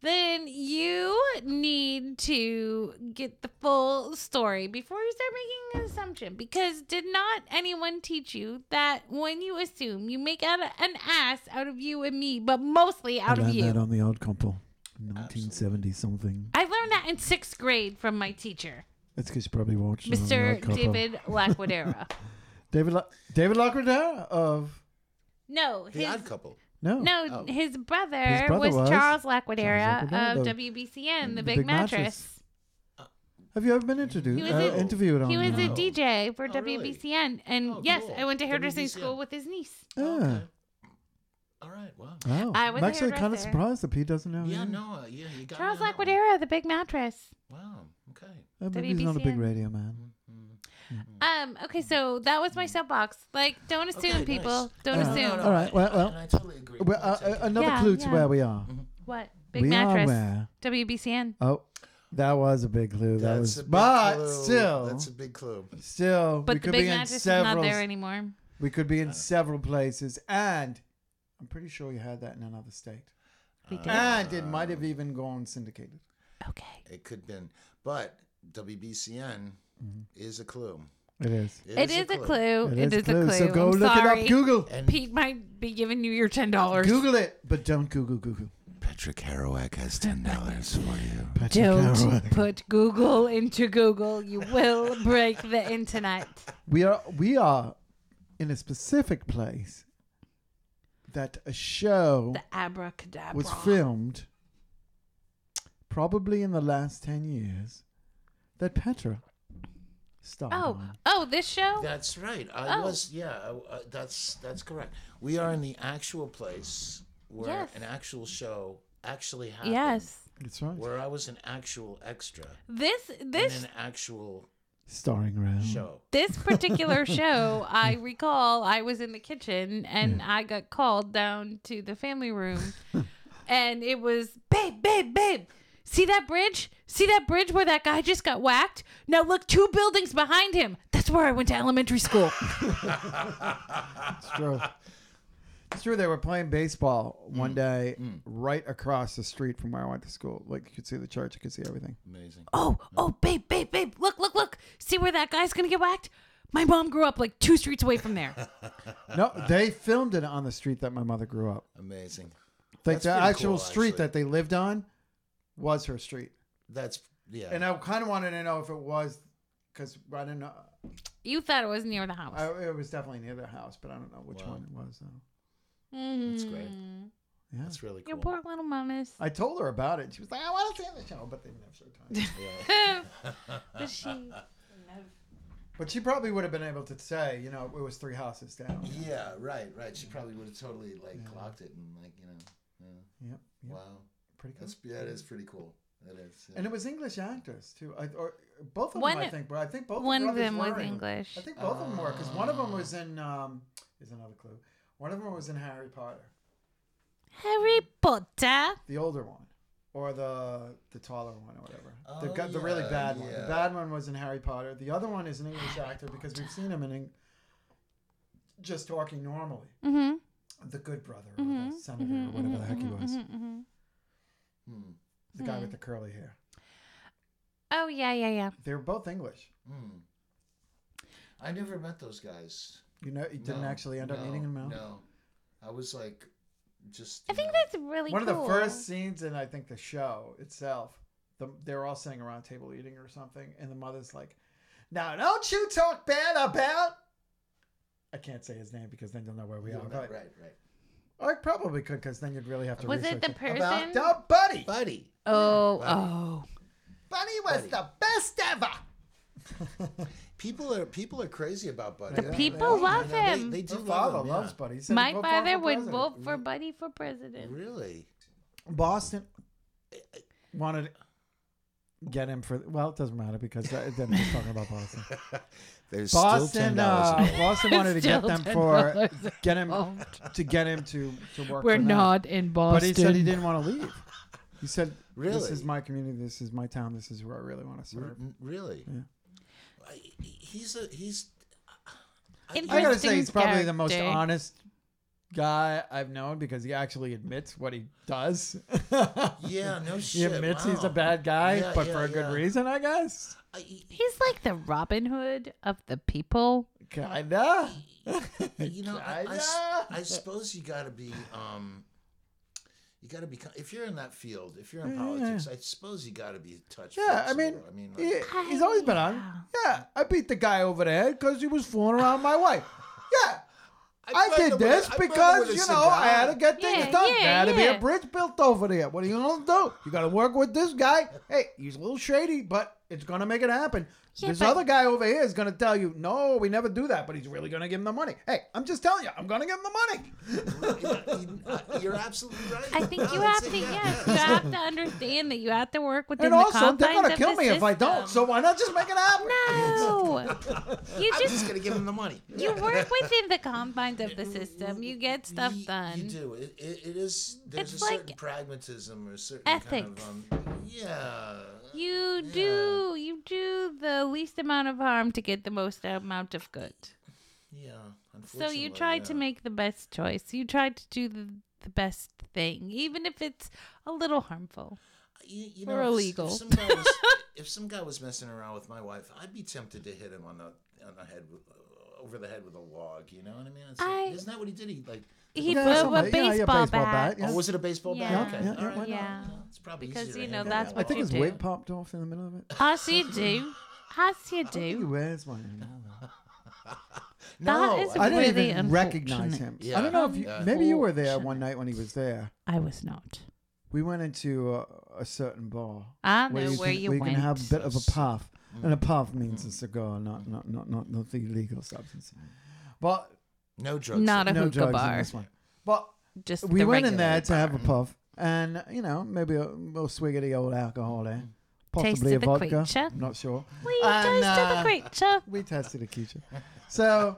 S2: then you need to get the full story before you start making an assumption. Because did not anyone teach you that when you assume, you make out a- an ass out of you and me, but mostly out
S3: I
S2: of
S3: learned
S2: you?
S3: that on the old compo, 1970 something.
S2: I learned that in sixth grade from my teacher,
S3: That's because you probably watched it on the
S2: Mr.
S3: old compo.
S2: David Laquadera.
S3: David La- David Lacrodera of
S2: No,
S4: The
S2: his,
S4: Odd Couple.
S3: no.
S2: no, his brother,
S3: Oh, His brother
S2: was,
S3: was
S2: Charles Laquadera
S3: Laquadera,
S2: of
S3: the-
S2: WBCN, the,
S3: the
S2: Big,
S3: Big
S2: Mattress.
S3: Mattress. Have you ever been introduced
S2: He was
S3: uh,
S2: a-
S3: interviewed on?
S2: He was
S3: uh,
S2: a DJ for
S4: Oh, really?
S2: WBCN, and
S4: Oh,
S2: yes,
S4: cool.
S2: I went to hairdressing
S4: WBCN.
S2: school with his niece.
S3: yeah.
S4: All right. Wow.
S3: Wow.
S2: I was
S3: I'm
S2: a
S3: actually kind of
S2: hairdresser.
S3: surprised that Pete doesn't know.
S4: Yeah.
S3: him.
S4: No. Uh, yeah. You got
S2: Charles
S4: me on that one.
S2: Laquadera, the Big Mattress.
S4: Wow. Okay.
S3: Uh, maybe he's not a big
S2: WBCN.
S3: radio man.
S2: Uh, Um. Okay. So that was my soapbox. Like, don't assume,
S4: Hmm. Okay,
S2: people.
S4: nice. Uh,
S2: Don't
S3: No, no,
S2: assume.
S3: no. Uh-huh. All right, well,
S4: I-
S3: well.
S4: and I totally agree.
S3: Well, uh,
S4: That's
S3: uh,
S4: okay.
S3: another
S2: Yeah,
S3: clue to
S2: yeah.
S3: where we are.
S2: What? Big
S3: we
S2: mattress.
S3: are
S2: WBCN.
S3: where. Oh, that was a big clue. That
S4: That's
S3: was.
S4: a big
S3: But
S4: clue.
S3: still,
S4: that's a big clue.
S3: still, we
S2: But the
S3: could
S2: big
S3: be in
S2: mattress is not
S3: several.
S2: there anymore.
S4: Uh,
S3: we could be in several places, and I'm pretty sure you had that in another state.
S2: We did.
S3: And it might have even gone syndicated.
S2: okay.
S4: It could been, but WBCN
S3: Mm-hmm.
S4: is a clue.
S3: It is.
S2: It is a clue.
S3: It
S2: Oh, It is a
S3: clue.
S2: clue.
S3: So go
S2: I'm
S3: look
S2: sorry.
S3: it up. Google.
S4: And
S2: Pete might be giving you your ten dollars.
S3: Google it, but don't Google Google.
S4: Patrick Kerouac has ten dollars for you.
S2: Don't put Google into Google. You will break the internet.
S3: We are we are in a specific place that a show
S2: The abracadabra.
S3: was filmed probably in the last ten years that Petra starred.
S2: Oh,
S3: on.
S2: oh, this show.
S4: That's right. I
S2: Oh.
S4: was. Yeah. I, uh, that's that's correct. We are in the actual place where
S2: Yes.
S4: an actual show actually happened.
S2: Yes,
S3: that's right.
S4: Where I was an actual extra
S2: this this
S4: in an actual
S3: Starring round.
S4: show.
S2: this particular show, I recall I was in the kitchen and I got called down to the family room and it was babe, babe, babe. See that bridge? See that bridge where that guy just got whacked? Now look two buildings behind him. That's where I went to elementary school.
S3: It's true. It's true. They were playing baseball
S4: Mm.
S3: one day right across the street from where I went to school. Like you could see the church, you could see everything.
S4: Amazing.
S2: Oh, oh, babe, babe, babe. Look, look, look. See where that guy's going to get whacked? My mom grew up like two streets away from there.
S3: No, they filmed it on the street that my mother grew up.
S4: Amazing.
S3: Like
S4: That's
S3: the
S4: pretty
S3: actual
S4: cool,
S3: street
S4: actually.
S3: that they lived on was her street.
S4: That's yeah.
S3: And I kind of wanted to know if it was because I didn't know.
S2: You thought it was near the house.
S3: I, it was definitely near their house, but I don't know which
S4: Wow.
S3: one it was. Though.
S4: that's great.
S3: Yeah.
S4: That's really cool.
S2: Mm-hmm. Your poor little mummies.
S3: I told her about it. She was like, I want to see the show, but they didn't have showtime.
S2: But she.
S3: but she probably would have been able to say, you know, it was three houses down.
S4: Yeah, right, right. She probably would have totally like clocked it and like you know. Yeah.
S3: Yep. yep.
S4: Wow,
S3: Pretty cool.
S4: that's yeah, that is pretty cool. That is. yeah.
S3: And it was English actors too. I, or both of
S2: One-
S3: them, I think. But I think both
S2: One of
S3: brothers
S2: them was
S3: were in-
S2: English.
S3: I think both of them were because one of them was in. Um, is another clue. One of them was in Harry Potter,
S2: Harry Potter.
S3: the older one, or the the taller one, or whatever. the,
S4: Oh,
S3: gu- the really
S4: yeah,
S3: bad one. The
S4: yeah.
S3: bad one was in Harry Potter. The other one is an English actor because we've seen him in Eng- just talking normally.
S2: Mm-hmm.
S3: The good brother, or the senator, or whatever the heck he was.
S2: mm-hmm,
S4: Hmm.
S3: The guy with the curly hair.
S2: Oh yeah, yeah, yeah.
S3: They were both English.
S4: Hmm. I never met those guys.
S3: You know, you didn't
S4: No,
S3: actually end up
S4: no,
S3: meeting him.
S4: No, I was like, just.
S2: I
S4: you
S2: think
S4: know,
S2: that's really
S3: one
S2: cool.
S3: of the first scenes in I think the show itself, the, they're all sitting around a table eating or something, and the mother's like, "Now don't you talk bad about." I can't say his name because then you'll know where we
S4: you
S3: are.
S4: know,
S3: But
S4: right, right.
S3: I probably could because then you'd really have to.
S2: Was it
S3: research
S2: the
S3: About
S2: person?
S3: the buddy.
S4: Buddy.
S2: Oh, oh.
S3: Buddy was
S4: Buddy.
S3: the best ever.
S4: People are people are crazy about Buddy.
S3: The
S4: They- they
S2: people
S4: all- you
S2: love
S4: know, they-
S2: him.
S4: They, do
S3: Her
S4: love
S3: father
S4: him,
S3: loves
S4: yeah.
S3: Buddy. He said
S2: My
S3: he'd vote for him
S2: father
S3: for
S2: would
S3: president.
S2: vote for Buddy for president.
S4: Really?
S3: Boston eh, wanted to get him for. Well, it doesn't matter because that, then we're talking about Boston.
S4: There's still
S3: Boston,
S4: ten dollars.
S3: uh, Boston wanted to get
S2: Still
S3: them
S2: $10
S3: for get him
S2: involved.
S3: to get him to to work.
S2: We're
S3: for them.
S2: not in Boston.
S3: But he said he didn't want to leave. He said, "This
S4: Really?
S3: is my community. This is my town. This is where I really want to serve."
S4: Really?
S3: Yeah.
S4: I- He's a he's.
S3: I gotta say, he's
S2: Interesting
S3: probably the most
S2: character.
S3: honest guy I've known because he actually admits what he does.
S4: Yeah, no
S3: He
S4: shit.
S3: admits he's a
S4: wow.
S3: bad guy,
S4: Yeah,
S3: but
S4: yeah,
S3: for a good
S4: yeah.
S3: reason, I guess.
S4: I- he-
S2: He's like the Robin Hood of the people.
S3: Kinda.
S4: you know, I, I s-
S3: Kinda.
S4: I suppose you got to be. Um, you got to be. co- If you're in that field, if you're in
S3: Yeah, yeah,
S4: politics, I suppose you got to be touch.
S3: Yeah, I mean,
S4: flexible. I mean,
S3: he-
S4: like,
S3: he's always been on. Yeah, I beat the guy over the head because he was fooling around my wife. Yeah, I
S4: burned him
S3: did
S4: with
S3: this
S4: a- I burned him
S3: because
S4: with a
S3: you know
S4: cigar.
S3: I had to get things
S2: Yeah,
S3: done.
S2: yeah,
S3: there had to be a
S2: yeah.
S3: bridge built over there. What are you gonna do? You got to work with this guy. Hey, he's a little shady, but it's gonna make it happen.
S2: Yeah,
S3: this
S2: but-
S3: other guy over here is gonna tell you, no, we never do that, but he's really gonna give him the money. Hey, I'm just telling you, I'm gonna give him the money.
S4: You're absolutely right.
S2: I think
S4: No,
S2: you
S4: that's
S2: have to,
S4: it, yeah,
S2: yeah,
S4: yeah.
S2: you have to understand that you have to work within
S3: And
S2: the
S3: also, they're
S2: confines
S3: gonna
S2: of
S3: kill
S2: the
S3: me if I don't. So
S2: system.
S3: why not just make it happen?
S2: no, you
S4: I'm just
S2: just
S4: gonna give him the money.
S2: you work within the confines of the system. You get stuff
S4: You-
S2: done.
S4: You do. It, it, it is. There's
S2: It's
S4: a
S2: like
S4: certain pragmatism or a certain
S2: ethics.
S4: Kind of, um, yeah.
S2: You
S4: Yeah.
S2: do. You do the least amount of harm to get the most amount of good.
S4: Yeah.
S2: So you
S4: unfortunately,
S2: tried to
S4: yeah.
S2: make the best choice. You tried to do the, the best thing, even if it's a little harmful.
S4: you, you
S2: Or
S4: know, if-
S2: illegal.
S4: If some, guy was, if some guy was messing around with my wife, I'd be tempted to hit him on the on the head with, uh, over the head with a log. You know what I mean? It's like,
S2: I-
S4: isn't that what he did? He like,
S2: He
S3: Yeah,
S2: blew
S3: something
S2: a
S3: like- yeah,
S2: baseball,
S3: yeah, baseball bat,
S2: bat.
S3: yeah.
S4: oh, was it a baseball
S2: Yeah.
S4: bat? Okay,
S2: Yeah,
S3: yeah,
S4: all right,
S2: yeah.
S4: no, it's probably
S2: Because,
S4: easier to
S2: you know,
S4: handle
S2: that's
S4: that
S3: I
S2: what
S4: way.
S3: think
S2: you
S3: his
S2: do.
S3: wig popped off in the middle of it.
S2: Us you do. Us you
S3: He
S2: do.
S3: wears my.
S4: no,
S2: that is
S4: I
S3: I didn't
S2: Really
S3: even recognize him.
S2: unfortunate.
S3: I don't know if you, maybe you were there
S2: Unfortunate.
S3: one night when he was there.
S2: I was not.
S3: We went into a, a certain bar.
S2: I know where
S3: can,
S2: you
S3: where can have a
S2: went.
S3: bit of a puff,
S4: Mm.
S3: and a puff means a cigar, not not not not not the illegal substance.
S4: Mm.
S3: But
S4: no drugs.
S2: Not a
S3: no
S2: hookah
S3: drugs
S2: bar.
S3: in this one. But
S2: Just
S3: we
S2: the
S3: went in
S2: regular
S3: there to have a
S2: bar.
S3: puff, and you know maybe a little swig of the old alcohol
S4: Mm.
S3: there, possibly
S2: Taste
S3: a
S2: of the
S3: vodka.
S2: creature.
S3: I'm not sure.
S2: We
S3: And,
S2: toasted
S3: uh,
S2: the creature.
S3: We tested a creature. So,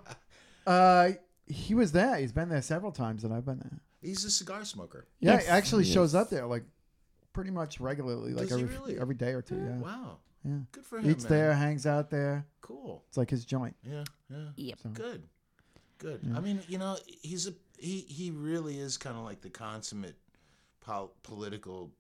S3: uh, he was there. He's been there several times that I've been there.
S4: He's a cigar smoker.
S3: Yeah,
S2: Yes.
S3: he actually shows up there like pretty much regularly, like
S4: Does he
S3: every
S4: really?
S3: every day or two. Yeah,
S4: Wow.
S3: yeah.
S4: Good for him.
S3: Eats
S4: man.
S3: there, hangs out there.
S4: Cool.
S3: It's like his joint.
S4: Yeah. Yeah.
S2: Yep.
S4: Good. Good. I mean, you know, he's a he he really is kind of like the consummate pol- political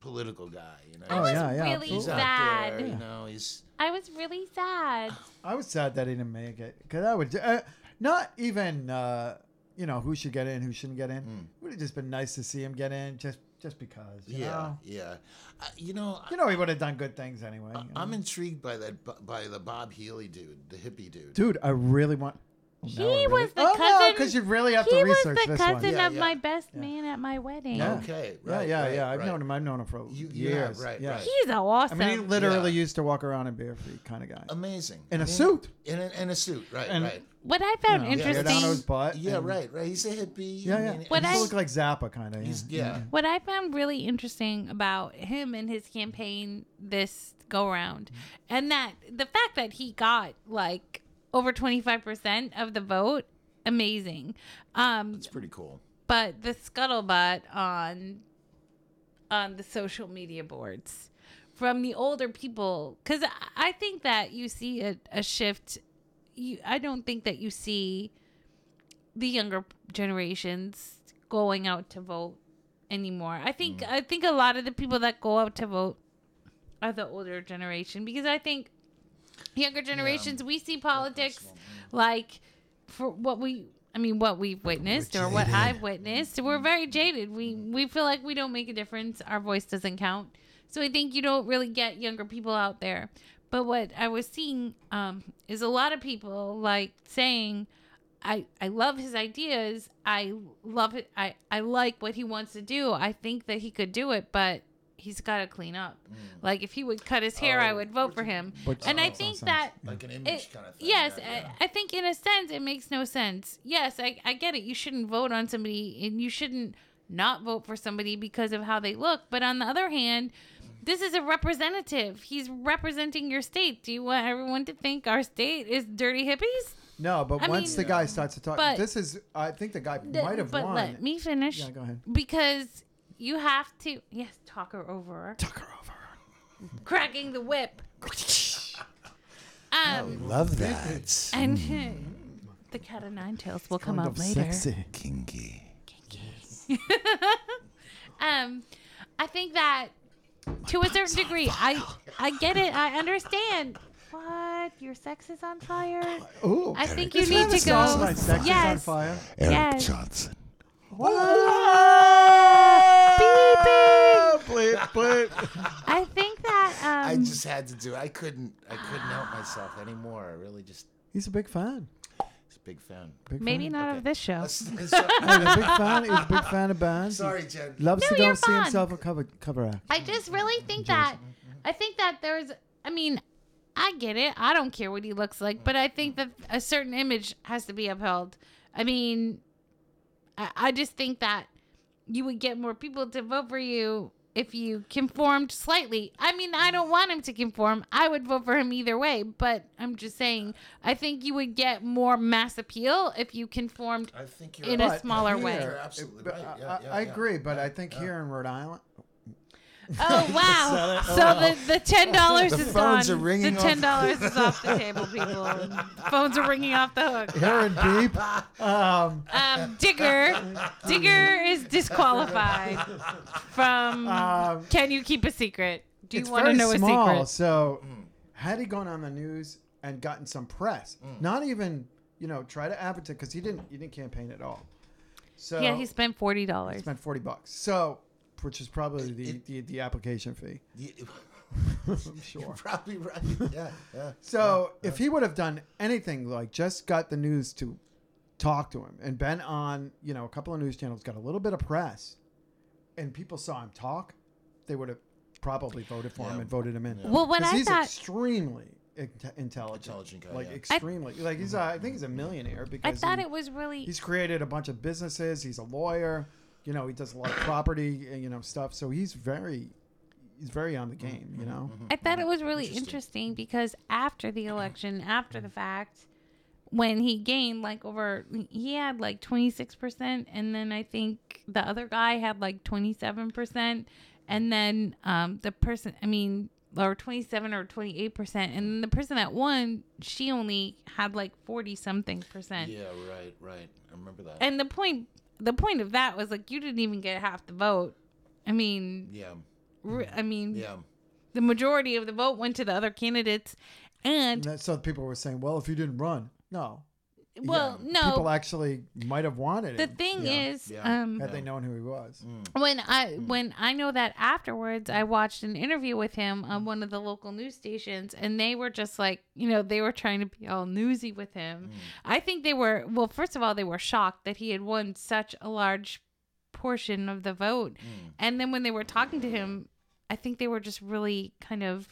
S4: political guy, you know.
S3: Oh,
S2: I was
S3: yeah, yeah,
S2: really
S3: absolutely.
S4: He's out
S2: sad.
S4: there, you know, he's
S2: I was really sad.
S3: I was sad that he didn't make it because I would uh, not even uh, you know who should get in, who shouldn't get in.
S4: Mm.
S3: Would have just been nice to see him get in, just just because. You
S4: yeah,
S3: know?
S4: yeah. I, you know,
S3: you know he would have done good things anyway. you
S4: I, am
S3: know?
S4: intrigued by that bu- by the Bob Healy dude, the hippie dude.
S3: dude. I really want.
S2: He
S3: Now I really-
S2: was the
S3: oh,
S2: cousin.
S3: because you really have
S2: he
S3: to research
S2: was the
S3: this
S2: cousin
S3: one.
S4: Yeah,
S2: of
S4: yeah.
S2: my best man at my wedding.
S3: Yeah.
S4: Okay,
S3: yeah,
S4: right.
S3: yeah,
S4: right,
S3: yeah. I've
S4: right.
S3: known him. I've known him for
S4: You- yeah,
S3: years.
S4: right,
S3: yeah.
S4: right.
S2: He's
S3: I
S2: awesome.
S3: mean, he literally
S4: Yeah.
S3: used to walk around in bare feet, kind of guy.
S4: Amazing.
S3: in
S4: I
S3: a
S4: mean,
S3: suit.
S4: In a, in a suit, right,
S3: And-
S4: right.
S2: what I found
S3: You know,
S4: yeah,
S3: get
S2: interesting.
S3: down on his butt.
S4: Yeah,
S3: and-
S4: right, right. He's a hippie.
S3: Yeah,
S4: I
S3: yeah.
S4: mean,
S2: What
S3: he
S2: I-
S3: used to
S4: he's-
S3: look like Zappa, kind of. Yeah.
S4: he's- yeah.
S2: What I found really interesting about him and his campaign this go round, and that the fact that he got like over 25% of the vote, amazing. Um,
S4: It's pretty cool.
S2: but the scuttlebutt on on the social media boards from the older people because i think that you see a, a shift you i don't think that you see the younger generations going out to vote anymore i think i think a lot of the people that go out to vote are the older generation because i think younger generations we see politics like for what we I mean what we've witnessed or what I've witnessed we're very jaded we we feel like we don't make a difference our voice doesn't count so I think you don't really get younger people out there but what I was seeing um, is a lot of people like saying I I love his ideas I love it I I like what he wants to do I think that he could do it but he's got to clean up like if he would cut his hair I
S4: Mm. Oh,
S2: would vote
S4: which-
S2: for him
S3: which-
S2: and I
S3: Oh.
S2: think
S3: Sounds-
S2: that
S4: Like an image
S2: it-
S4: kind of thing.
S2: yes,
S4: yeah, yeah.
S2: I, I think in a sense it makes no sense. Yes, I, I get it. You shouldn't vote on somebody and you shouldn't not vote for somebody because of how they look. But on the other hand, this is a representative. He's representing your state. Do you want everyone to think our state is dirty hippies?
S3: No, but
S2: I
S3: once
S2: mean-
S3: the guy starts to talk,
S2: But-
S3: this is. I think the guy
S2: Th-
S3: might have
S2: but
S3: won.
S2: let me finish.
S3: Yeah, go ahead.
S2: Because you have to, yes, talk her over. Talk her over. Cracking the whip. um,
S4: Love that.
S2: and the cat of nine tails will come up later.
S4: Kinky.
S2: um i think that to a certain degree i i get it i understand what your sex is on fire
S3: Ooh,
S2: i think you
S3: Isn't that
S2: need
S3: a
S2: to
S3: song
S2: go
S3: like Sex is on
S2: yes
S3: fire.
S4: Eric
S2: Yes.
S4: Johnson.
S3: Beep, beep,
S2: i think that
S4: I
S2: um
S4: just had to do. I couldn't. I couldn't help myself anymore. I really just.
S3: He's a big fan.
S4: It's a big fan.
S3: Big
S2: maybe
S3: fan.
S2: not
S4: Okay.
S2: of this show
S3: He's a big fan. He's a big fan of bands. He
S4: Sorry, Jen.
S3: Loves to
S2: No,
S3: go
S2: you're
S3: see
S2: fine.
S3: himself a cover cover act.
S2: I just really think that I think that there's I mean I get it. I don't care what he looks like, but I think that a certain image has to be upheld. I mean, I, I just think that you would get more people to vote for you if you conformed slightly. I mean, I don't want him to conform. I would vote for him either way, but I'm just saying, I think you would get more mass appeal if you conformed.
S4: I think you're
S2: In a
S4: right.
S2: smaller
S4: You're
S2: way.
S4: absolutely
S3: But
S4: right.
S3: I,
S4: Yeah,
S3: I-
S4: yeah,
S3: I
S4: yeah.
S3: agree, but I think here in Rhode Island,
S2: Oh, wow. so the, the $10
S4: The
S2: is
S4: phones
S2: gone.
S4: are ringing
S2: the
S4: off-
S2: $10 is off the table, people. phones are ringing off the hook.
S3: here in Deep, um,
S2: Um, Digger, Digger is disqualified from.
S3: um,
S2: can you keep a secret? Do you
S3: it's
S2: want to
S3: very
S2: know
S3: small.
S2: a secret?
S3: So, had he gone on the news and gotten some press, not even you know try to advertise because he didn't he didn't campaign at all. So
S2: yeah, he spent forty dollars.
S3: spent forty bucks. So, which is probably the
S4: It-
S3: the, the application fee.
S4: You-
S3: I'm
S4: You're
S3: sure.
S4: probably right. Yeah, yeah.
S3: So if he would have done anything like just got the news to talk to him and been on, you know, a couple of news channels, got a little bit of press, and people saw him talk, they would have probably voted for him
S4: Yeah.
S3: and voted him in.
S2: Well, what
S3: 'Cause
S2: I
S3: he's
S2: thought-
S3: extremely inte- intelligent,
S4: Intelligent guy,
S3: like
S4: yeah. I-
S3: extremely, like he's a, I think he's a millionaire
S2: I
S3: because
S2: thought
S3: he-
S2: it was really.
S3: he's created a bunch of businesses. He's a lawyer, you know, he does a lot of property, uh, you know, stuff. So he's very, he's very on the
S4: Mm-hmm.
S3: game, you know.
S2: I thought it was really interesting because after the election, after the fact, when he gained like over, he had like twenty six percent, and then I think the other guy had like twenty seven percent, and then um the person, I mean, or twenty seven or twenty eight percent, and then the person that won, she only had like forty something percent.
S4: Yeah, right, right. I remember that.
S2: and the point the point of that was like you didn't even get half the vote i mean
S4: yeah,
S2: re- i mean
S4: yeah.
S2: the majority of the vote went to the other candidates
S3: And
S2: and
S3: that, so people were saying, well, if you didn't run, no.
S2: well
S3: People
S2: no
S3: actually might have wanted
S2: the
S3: him.
S2: thing
S3: yeah. Mm.
S2: is
S4: yeah.
S2: um
S3: had they known who he was.
S2: when i when i know that afterwards i watched an interview with him on one of the local news stations and they were just like you know they were trying to be all newsy with
S3: Mm.
S2: him i think they were well first of all they were shocked that he had won such a large portion of the vote and then when they were talking to him i think they were just really kind of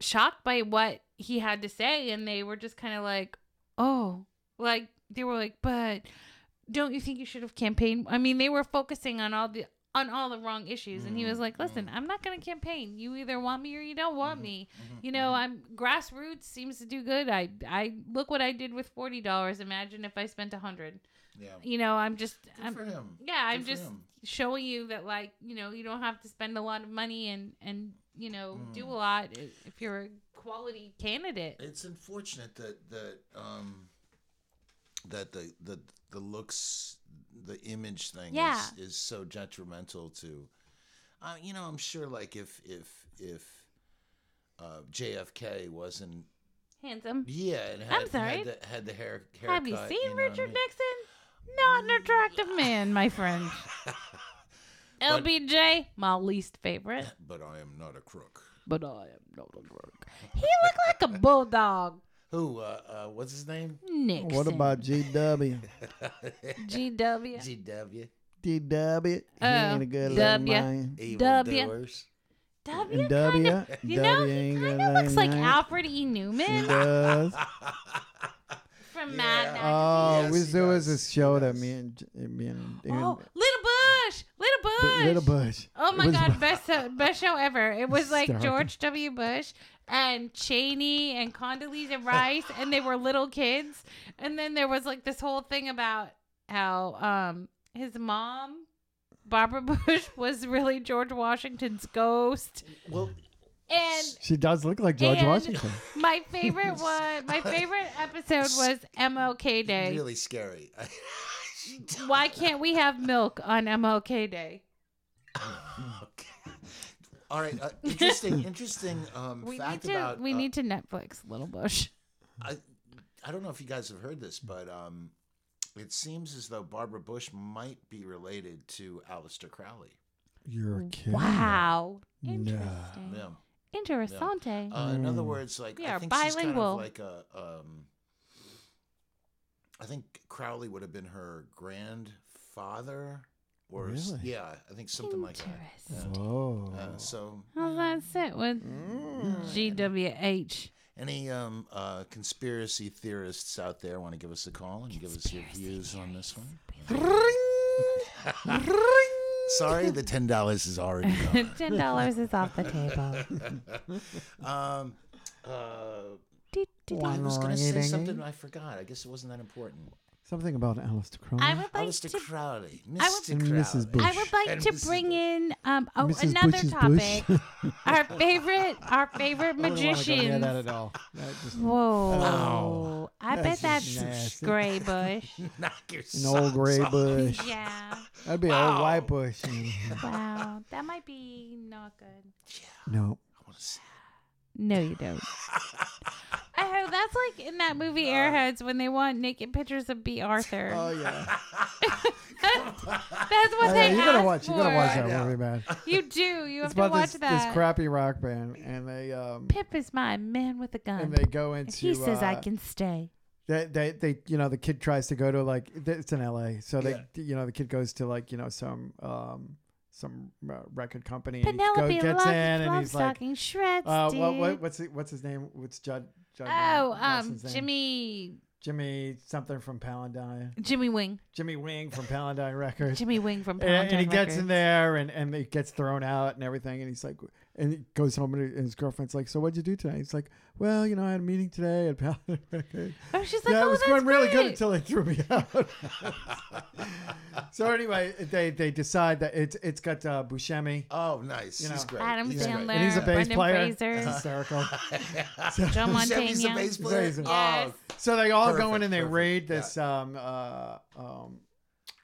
S2: shocked by what he had to say and they were just kind of like oh like they were like but don't you think you should have campaigned i mean they were focusing on all the on all the wrong issues and he was like listen i'm not going to campaign you either want me or you don't want me
S4: Mm-hmm.
S2: you know i'm grassroots seems to do good i i look what i did with $40 imagine if i spent 100
S4: Yeah.
S2: you know i'm just
S4: Good
S2: I'm,
S4: for him.
S2: yeah i'm
S4: Good for
S2: just
S4: him.
S2: showing you that like you know you don't have to spend a lot of money and and you know do a lot i- if you're a quality candidate
S4: It's unfortunate that that um that the the the looks the image thing
S2: Yeah.
S4: is, is so detrimental to uh, you know, I'm sure like if if if uh, JFK wasn't
S2: handsome
S4: yeah, and had,
S2: I'm sorry.
S4: had the had the hair haircut.
S2: have you seen
S4: know what I
S2: richard
S4: mean?
S2: nixon not an attractive man my friend lbj my least favorite
S4: But I am not a crook.
S2: but i am not a crook he looked like a bulldog
S4: Who? Uh, uh, what's his name?
S2: nixon
S3: GW?
S2: gw
S4: GW.
S3: DW?
S2: Oh, ain't a good looking W. man.
S4: Evil
S2: W.
S4: doers.
S2: w kind of You know, he kind of looks like Alfred E. Newman
S3: does.
S2: from Mad Magazine.
S3: Oh,
S4: Yes,
S3: we
S4: he
S3: there was
S4: does.
S3: this show that me and, me and, and
S2: oh, Little Bush! Little Bush!
S3: Little Bush.
S2: Oh my
S3: It was
S2: God, best show, best show ever. It was like
S3: Hysterical.
S2: George W. Bush and Cheney and Condoleezza Rice, and they were little kids. And then there was like this whole thing about how um his mom, Barbara Bush, was really George Washington's ghost.
S4: Well,
S2: And
S3: She does look like George
S2: And-
S3: Washington.
S2: my favorite one, my favorite episode was MLK Day.
S4: really scary.
S2: Why can't we have milk on MLK Day?
S4: Okay. All right. Uh, interesting. Interesting um,
S2: We need
S4: fact
S2: to
S4: about.
S2: we
S4: uh,
S2: need to Netflix Little Bush.
S4: I, I don't know if you guys have heard this, but um, it seems as though Barbara Bush might be related to Aleister Crowley.
S1: You're kidding.
S2: Wow.
S1: Yeah.
S2: Interesting.
S4: Yeah.
S2: Interessante.
S4: Uh, in other words, like
S2: We
S4: I
S2: are
S4: think she's kind
S2: bilingual.
S4: of like a. Um, I think Crowley would have been her grandfather. or s-
S3: Really?
S4: yeah, I think something like that.
S2: Interesting.
S3: Oh.
S4: Uh, so
S2: Well, that's it with
S3: Mm.
S2: GWH.
S4: Any um, uh, conspiracy theorists out there want to give us a call and give us your views on this one? Sorry, the ten dollars is already gone.
S2: Ten dollars is off the table.
S4: Um, uh,
S2: Do, do, do.
S4: I was going to say
S3: Ring-a-ring-a-ring.
S4: something I forgot. I guess it wasn't that important.
S3: Something about Alistair Crowley.
S2: I would like
S4: Alistair
S2: to.
S4: Crowley,
S2: I
S4: Mr.
S2: would-
S3: And
S4: Crowley,
S3: Mrs. Bush.
S2: I would like
S4: And
S2: to
S4: Mrs.
S2: bring in um oh,
S3: Mrs.
S2: another
S3: Bush's
S2: topic.
S3: Bush.
S2: our favorite, our favorite
S3: I wouldn't wanna go near
S2: magicians.
S3: that at all. That just-
S2: Whoa! I bet
S3: That's
S2: that's
S3: just nasty.
S2: gray bush.
S4: knock your
S3: an old
S4: socks
S3: gray
S4: off.
S3: bush.
S2: Yeah.
S3: That'd be an old white bush. and-
S2: Wow. That might be not good.
S3: no.
S4: I wanna see-
S2: No, you don't. Oh, that's like in that movie Airheads when they want naked pictures of B. Arthur.
S3: Oh yeah.
S2: That's what
S3: Oh,
S2: they
S3: yeah, you
S2: ask
S3: gotta watch.
S2: for.
S3: You gotta watch that movie, man.
S2: You do. You
S3: It's
S2: have to
S3: about
S2: watch
S3: this,
S2: that.
S3: this crappy rock band, and they um
S2: Pip is my man with a gun.
S3: and they go into.
S2: he says I
S3: uh,
S2: can stay.
S3: They, they, they, you know, the kid tries to go to like it's in L.A. So they, you know, the kid goes to like you know some um some uh, record company. and he
S2: Penelope
S3: go, gets
S2: loves
S3: in and
S2: love
S3: he's like,
S2: stocking shreds,
S3: uh,
S2: dude.
S3: what, what, what's it, what's his name? What's Judd? Judd
S2: oh, um,
S3: Nelson's name?
S2: Jimmy,
S3: Jimmy something from Paladine.
S2: Jimmy Wing,
S3: Jimmy Wing from Paladine Records.
S2: Jimmy Wing
S3: and,
S2: from Paladin
S3: and he gets in
S2: Records.
S3: there and and he gets thrown out and everything and he's like and he goes home and his girlfriend's like so what'd you do today he's like well you know i had a meeting today at Paladin Records.
S2: Oh, she's like,
S3: yeah
S2: oh,
S3: it was
S2: that's
S3: going really good
S2: great.
S3: until they threw me out so anyway they they decide that it's it's got uh, Buscemi
S4: Oh, nice.
S3: You
S4: He's
S3: know.
S4: great.
S2: Adam
S4: He's great.
S2: Sandler,
S3: and he's a bass
S2: Brendan
S3: player
S2: Fraser.
S3: It's hysterical
S2: John
S4: Buscemi's the
S2: Montana.
S4: bass player.
S3: Amazing.
S2: Yes.
S4: Oh,
S3: so they all go
S4: Perfect,
S3: in and they
S4: perfect,
S3: raid this um uh um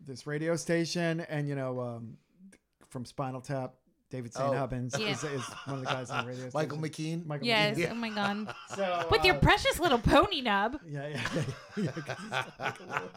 S3: this radio station and you know um from Spinal Tap David St.
S4: Oh.
S3: Hubbins
S2: Yeah.
S3: is, is one of the guys in the radio
S4: Michael
S3: station.
S4: McKean.
S3: Michael
S2: Yes.
S4: Yeah.
S2: Oh my God.
S3: McKean. So,
S2: With your
S3: uh,
S2: precious little pony nub.
S3: yeah, yeah, yeah, 'cause he's like a little-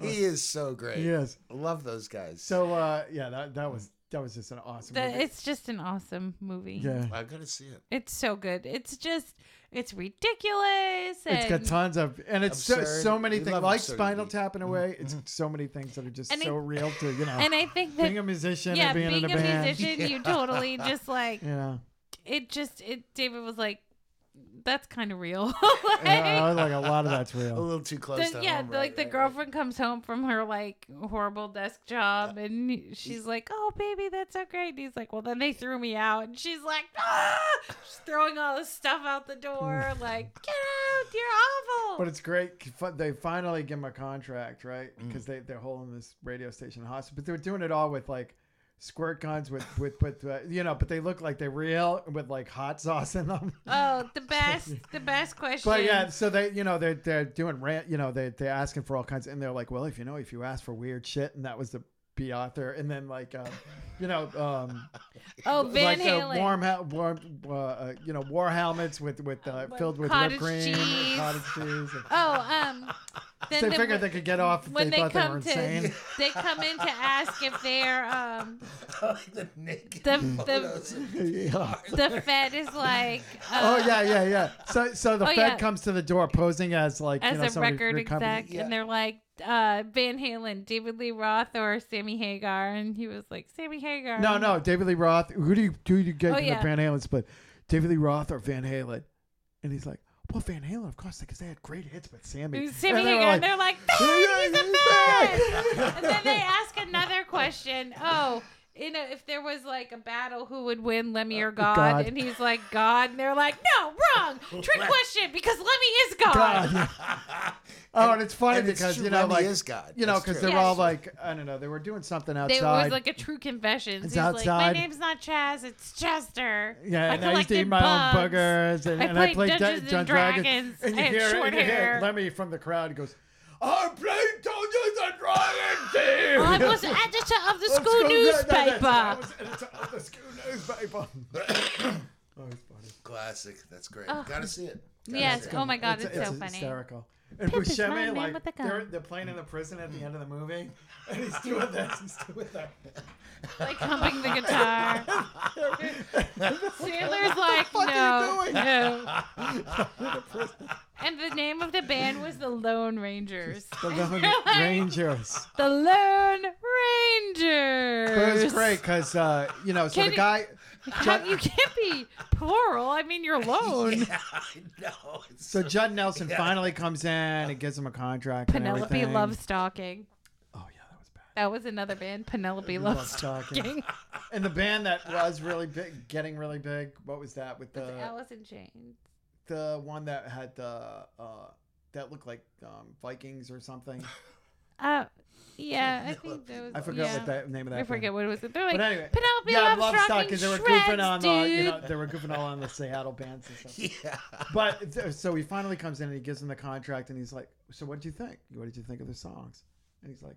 S4: he is so great.
S3: yes.
S4: I Love those guys.
S3: So uh, yeah, that that was that was just an awesome.
S2: The-
S3: movie.
S2: it's just an awesome movie.
S3: yeah,
S4: I've got to see it.
S2: It's so good. It's just, it's ridiculous. And,
S3: it's got tons of, and it's so,
S4: Absurd.
S3: so many
S4: We
S3: things
S4: love
S3: like
S4: absurdity. Mm-hmm.
S3: Spinal Tap in a way. It's so many things that are just
S2: And I-
S3: so real to you know
S2: and I think that,
S3: being a musician
S2: yeah,
S3: and being, in a,
S2: a,
S3: band.
S2: musician, you totally just like,
S3: You know,
S2: it just, it. David was like, that's kind of real.
S3: And,
S2: Like,
S3: uh, like a lot of that's
S4: A
S3: real.
S4: little too close.
S2: the,
S4: to
S2: yeah,
S4: home,
S2: the-
S4: right,
S2: like the
S4: right, right.
S2: girlfriend comes home from her like horrible desk job, and she's like, "Oh, baby, that's so great." And he's like, "Well, then they threw me out," and she's like, "Ah!" She's throwing all this stuff out the door, like, "Get out! You're awful."
S3: But it's great. fi- They finally give him a contract, right?
S2: Mm.
S3: Because they they're holding this radio station hostage, but they're doing it all with like squirt guns with with with uh, you know. But they look like they're real with like hot sauce in them.
S2: oh, the best, the best question.
S3: But yeah, so they, you know, they're they're doing rant, you know, they they're asking for all kinds, and they're like, well, if you know, if you ask for weird shit, and that was the B author, and then like, um, you know, um,
S2: oh, Van
S3: like
S2: Halen.
S3: the warm, hel- warm, uh, uh, you know, war helmets with with uh,
S2: With
S3: filled with
S2: Oh cottage
S3: whipped cream,
S2: cheese.
S3: and cottage cheese. And
S2: oh, um, then
S3: they
S2: the-
S3: figured they could get off if
S2: when
S3: they,
S2: they,
S3: thought they were
S2: come
S3: insane.
S2: to, they come in to ask if they're um
S4: like the naked
S2: the
S4: photos
S2: the.
S4: of-
S3: Yeah.
S2: The Fed is like,
S3: Oh
S2: uh,
S3: yeah, yeah, yeah. So, so the
S2: Oh,
S3: Fed
S2: yeah.
S3: comes to the door posing as like
S2: as
S3: you know,
S2: a
S3: somebody
S2: record
S3: recovered-
S2: exec,
S4: Yeah.
S2: and they're like uh, Van Halen, David Lee Roth, or Sammy Hagar, and he was like Sammy Hagar.
S3: No, no, David Lee Roth. Who do you do you get
S2: Oh,
S3: in
S2: yeah.
S3: the Van Halen split? David Lee Roth or Van Halen? And he's like, well, Van Halen, of course, because they had great hits with Sammy.
S2: It was Sammy
S3: And they were
S2: Hagar,
S3: like,
S2: and they're like,
S3: "Yeah,
S2: Fed, he's
S3: he's
S2: a Fed.
S3: back."
S2: and then they ask another question. Oh. You know, if there was like a battle, who would win, Lemmy or God?
S3: Uh, God.
S2: And he's like God, and they're like, no, wrong, trick question, because Lemmy is God.
S3: God, yeah. Oh, and it's funny
S4: and it's
S3: because
S4: true,
S3: you know,
S4: Lemmy
S3: like
S4: is God.
S3: you know,
S4: That's
S3: because
S4: true.
S3: they're
S2: Yeah.
S3: all like, I don't know, they were doing something
S2: They, it
S3: outside.
S2: was like a true confession.
S3: It's
S2: He's like,
S3: outside.
S2: my name's not Chaz, it's Chester.
S3: yeah,
S2: I
S3: and I, used to eat
S2: collected
S3: my own
S2: bugs."
S3: boogers, and,
S2: I
S3: and I
S2: played
S3: played Dun-
S2: Dungeons and
S3: Dun-
S2: Dragons.
S3: And you
S2: I had
S3: hear,
S2: short
S3: and you hear
S2: hair.
S3: Lemmy from the crowd goes, "I played Dungeons and Dragons." here."
S2: "Oh, I was editor of the
S3: Let's
S2: school
S3: go get that.
S2: newspaper.
S3: That was editor of the school newspaper. oh, it's funny.
S4: Classic. That's great. Gotta see it. Gotta
S2: Yes.
S4: see it.
S2: Oh my God, Uh, it's, so
S3: it's
S2: funny.
S3: hysterical. And
S2: Pip is my
S3: Buscemi,
S2: man
S3: like,
S2: with a gun.
S3: they're, they're playing in the prison at the end of the movie, and he's doing this, he's doing that.
S2: Like humping the guitar. Sailor's like,
S3: fuck are you
S2: no,
S3: doing?"
S2: no. and the name of the band was the Lone Rangers.
S3: The Lone
S2: Like-
S3: Rangers.
S2: The Lone
S3: But it
S2: strangers.
S3: was great because uh, you know, so
S2: Can
S3: the
S2: you-
S3: guy,
S2: How- you can't be plural. I mean, you're alone.
S4: Yeah, I know. It's
S3: so Judd Nelson
S4: Yeah.
S3: finally comes in and gives him a contract. and
S2: Penelope
S3: everything.
S2: loves stalking.
S3: Oh yeah, that was bad.
S2: That was another band. Penelope
S3: Love
S2: loves
S3: stalking.
S2: stalking.
S3: And the band that was really big, getting really big. What was that with
S2: That's
S3: the
S2: Alice in Chains.
S3: the one that had the uh, that looked like um, Vikings or something?
S2: Uh, yeah, I think that was.
S3: I forgot
S2: yeah.
S3: what that name of that.
S2: I
S3: band.
S2: forget what it was. They're like
S3: But anyway,
S2: Penelope
S3: yeah,
S2: loves
S3: Love
S2: stalking
S3: they were
S2: shreds,
S3: goofing on the you
S2: dude.
S3: know they were goofing all on the Seattle bands and stuff.
S4: yeah.
S3: But th- so he finally comes in and he gives him the contract and he's like, "So what did you think? What did you think of the songs?" And he's like,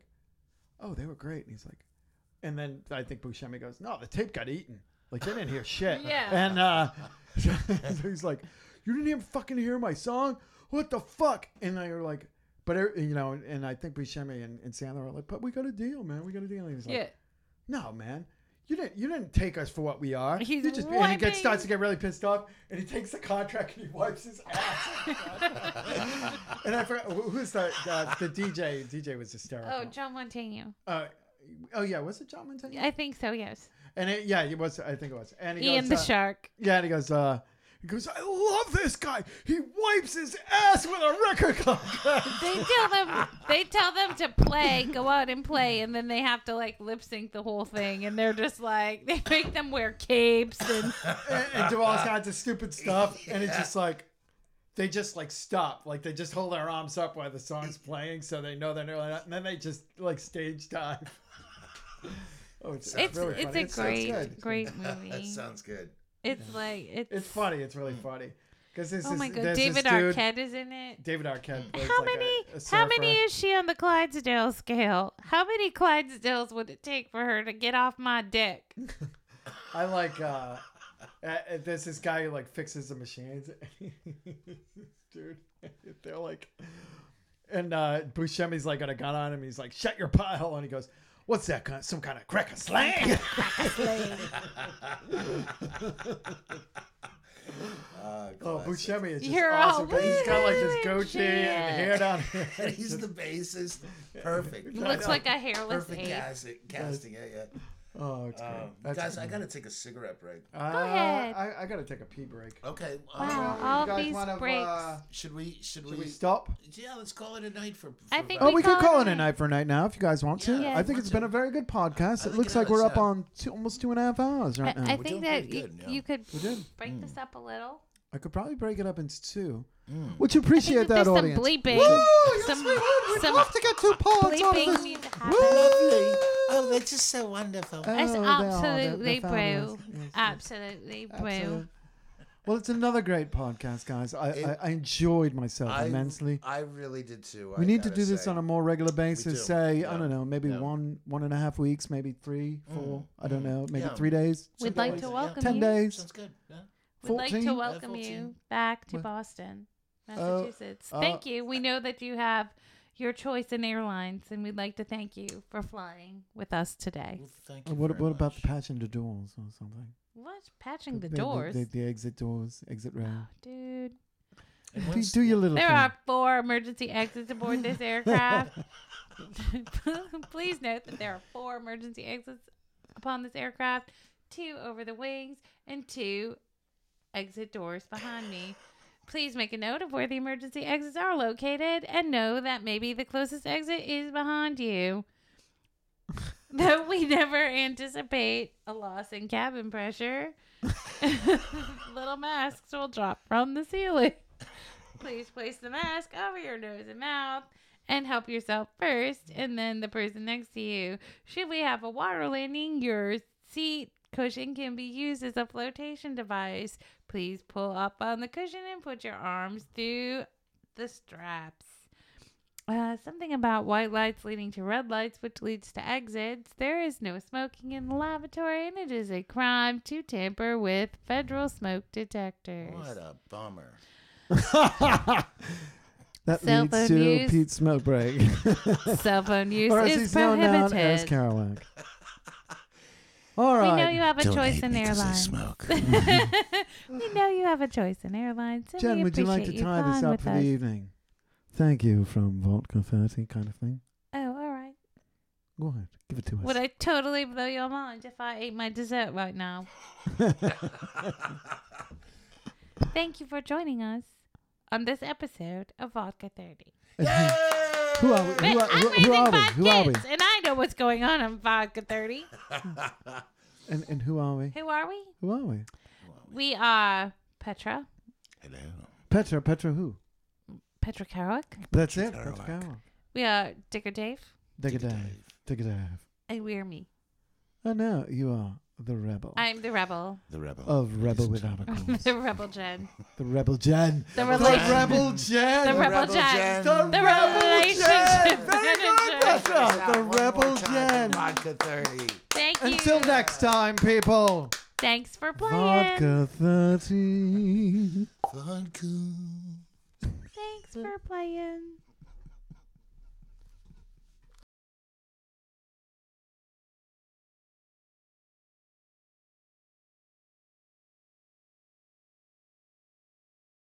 S3: "Oh, they were great." And he's like, and then I think Buscemi goes, "No, the tape got eaten. Like they didn't hear shit."
S2: Yeah.
S3: And uh, so he's like, "You didn't even fucking hear my song? What the fuck?" And they were like, "But er- you know," and I think Buscemi and, and Sandler are like, "But we got a deal, man. We got a deal." And he's like,
S2: Yeah,
S3: no, man. You didn't. You didn't take us for what we are.
S2: He's
S3: you and he
S2: wiping-
S3: gets, starts to get really pissed off, and he takes the contract and he wipes his ass. and I forgot who- who's the uh, the DJ. DJ was hysterical.
S2: Oh, John Montaigne.
S3: uh, oh yeah, was it John Montaigne?
S2: I think so. Yes.
S3: And it, yeah, it was. I think it was. And he
S2: Ian
S3: goes,
S2: the
S3: uh,
S2: Shark.
S3: Yeah, and he goes. Uh, he goes. I love this guy. He wipes his ass with a record contract.
S2: They tell them. They tell them to play, go out and play, and then they have to like lip sync the whole thing, and they're just like they make them wear capes and
S3: and, and do all kinds of stupid stuff. And it's just like they just like stop, like they just hold their arms up while the song's playing, so they know they're nearly not, and then they just like stage dive. Oh, it's,
S2: it's
S3: really
S2: it's
S3: funny.
S2: a
S3: It sounds good.
S2: great great
S4: that
S2: movie.
S4: sounds good.
S2: It's like it's,
S3: It's funny. It's really funny because this
S2: Oh
S3: is
S2: my god,
S3: there's this
S2: David
S3: dude-
S2: Arquette is in it.
S3: David Arquette. plays,
S2: How
S3: like, a-
S2: many?
S3: a
S2: how many
S3: surfer.
S2: is she on the Clydesdale scale? How many Clydesdales would it take for her to get off my dick?
S3: I like. uh uh, there's this guy who like fixes the machines, dude. They're like, and uh, Buscemi's like got a gun on him. He's like, "Shut your pile," and he goes, "What's that? Kind some kind of cracker slang?"
S4: Uh,
S3: oh, Buscemi is just
S2: You're all,
S3: awesome 'cause he's got like this
S2: "Woo-hoo,
S3: goatee and
S2: shit."
S3: hair down here.
S4: He's the bassist. Perfect.
S2: Looks like a hairless
S4: Perfect
S2: ape.
S4: casting, casting, yeah, yeah.
S3: Oh, it's great.
S4: Um,
S3: That's-
S4: guys, I gotta take a cigarette break.
S3: Uh,
S2: ahead.
S3: I, I gotta take a pee break.
S4: Okay.
S2: Wow,
S4: Um,
S2: all
S3: you guys
S2: these
S3: wanna,
S2: breaks.
S3: uh,
S4: should we? Should,
S3: should
S4: we?
S3: we stop?
S4: Yeah, let's call it a night for.
S2: I
S4: for
S2: think
S4: Vibe.
S3: Well, Oh, we, could call it
S2: it.
S3: a night for a night now if you guys want to.
S2: Yeah.
S3: I think it's been a very good podcast. It
S4: I like
S3: looks
S4: it.
S3: like we're up
S4: Yeah.
S3: on two, almost two and a half hours
S2: I,
S3: right now.
S2: I
S3: I,
S2: think
S4: doing
S2: that
S4: pretty
S2: you,
S4: good, yeah.
S2: you could
S3: did.
S2: break this up a little.
S3: could probably break it up into two.
S4: Mm.
S3: Would you appreciate that
S2: there's
S3: audience?
S2: some bleeping.
S4: Oh
S3: Woo! Yes,
S2: Some-
S3: we would. We'd
S2: some
S3: love to get two pods out of
S2: bleeping
S3: this.
S2: needs to
S3: Woo!
S2: happen.
S4: Oh, that's just so wonderful.
S2: That's
S3: Oh, they are. They're-
S2: absolutely Uh,
S3: they're fabulous.
S2: boo. Absolutely boo.
S3: Absolute. Well, it's another great podcast, guys. I, I, I enjoyed myself immensely.
S4: I really did too.
S3: We need to do this on a more regular
S4: do.
S3: basis. Say,
S4: Yeah.
S3: I don't know, maybe
S4: Yeah. Mm.
S3: one, one and a half weeks, maybe three, four. I don't know, maybe
S4: Yeah.
S3: three days.
S2: We'd like to welcome
S3: Ten
S2: you.
S3: days.
S4: Sounds good. Yeah.
S2: We'd like
S3: 14?
S2: to
S3: Uh,
S2: welcome you
S4: 14.
S2: back to
S3: What?
S2: Boston, Massachusetts.
S3: uh,
S2: thank you. We know that you have your choice in airlines, and we'd like to thank you for flying with us today.
S4: Well, thank you.
S3: And What,
S4: very
S3: what about
S4: much.
S3: the patch in the doors or something?
S2: What? Patching the
S3: the,
S2: doors?
S3: The, the exit doors, exit rail.
S2: Dude.
S4: And
S3: Do,
S4: once-
S3: do your little
S2: There
S3: thing.
S2: are four emergency exits aboard this aircraft. Please note that there are four emergency exits upon this aircraft two over the wings and two exit doors behind me. Please make a note of where the emergency exits are located and know that maybe the closest exit is behind you. Though we never anticipate a loss in cabin pressure, little masks will drop from the ceiling. Please place the mask over your nose and mouth and help yourself first, and then the person next to you. Should we have a water landing, your seat cushion can be used as a flotation device. Please pull up on the cushion and put your arms through the straps. Uh, something about white lights leading to red lights, which leads to exits. There is no smoking in the lavatory, and it is a crime to tamper with federal smoke detectors.
S4: What a bummer.
S3: that
S2: cell
S3: leads
S2: phone
S3: to
S2: use.
S3: Pete's smoke break.
S2: Cell phone use
S3: or as
S2: is
S3: he's known down as Kerouac.
S2: prohibited.
S3: All right.
S2: We know you have a choice in airlines.
S4: smoke.
S2: we know you have a choice in airlines. And we
S3: Jen, would you like to
S2: appreciate
S3: tie this
S2: flying
S3: up
S2: with
S3: for
S2: us.
S3: the evening? Thank you from Vault Confetti, kind of thing.
S2: Oh, all right.
S3: Go ahead. Give it to us.
S2: Would I totally blow your mind if I ate my dessert right now? Thank you for joining us on this episode of Vodka 30.
S3: who are we?
S2: But
S3: Who are,
S2: I'm
S3: who,
S2: raising
S3: who are we?
S2: five
S3: Who are we?
S2: kids, and I know what's going on on Vodka 30.
S3: And, and who are we?
S2: Who are we?
S3: Who are we?
S2: We are Petra,
S4: Hello.
S3: Petra. Petra who?
S2: Petra Karowick.
S3: That's it.
S4: Petra
S3: Petra
S4: Carlock.
S3: Carroll.
S2: We are Dicker Dave,
S3: Take a
S4: Dick
S3: dive. Take a dive.
S2: and we are me.
S3: Oh, no. You are the rebel.
S2: I'm the rebel.
S4: The rebel.
S3: of Rebel with
S4: Ladies and gentlemen.
S3: Abacus.
S2: the rebel Jen.
S3: the Rebel Jen.
S2: The
S3: The
S2: relation.
S3: Rebel Jen.
S2: The rebel Jen.
S4: Jen.
S2: The relationship
S3: Jen. Very good,
S2: manager.
S4: Check
S3: Petra.
S4: out
S3: The
S4: one more
S3: Rebel Jen.
S4: time for Vodka 30.
S2: Thank you.
S3: Until next time, people.
S2: Thanks for playing.
S3: Vodka 30.
S4: Vodka.
S2: Thanks for playing.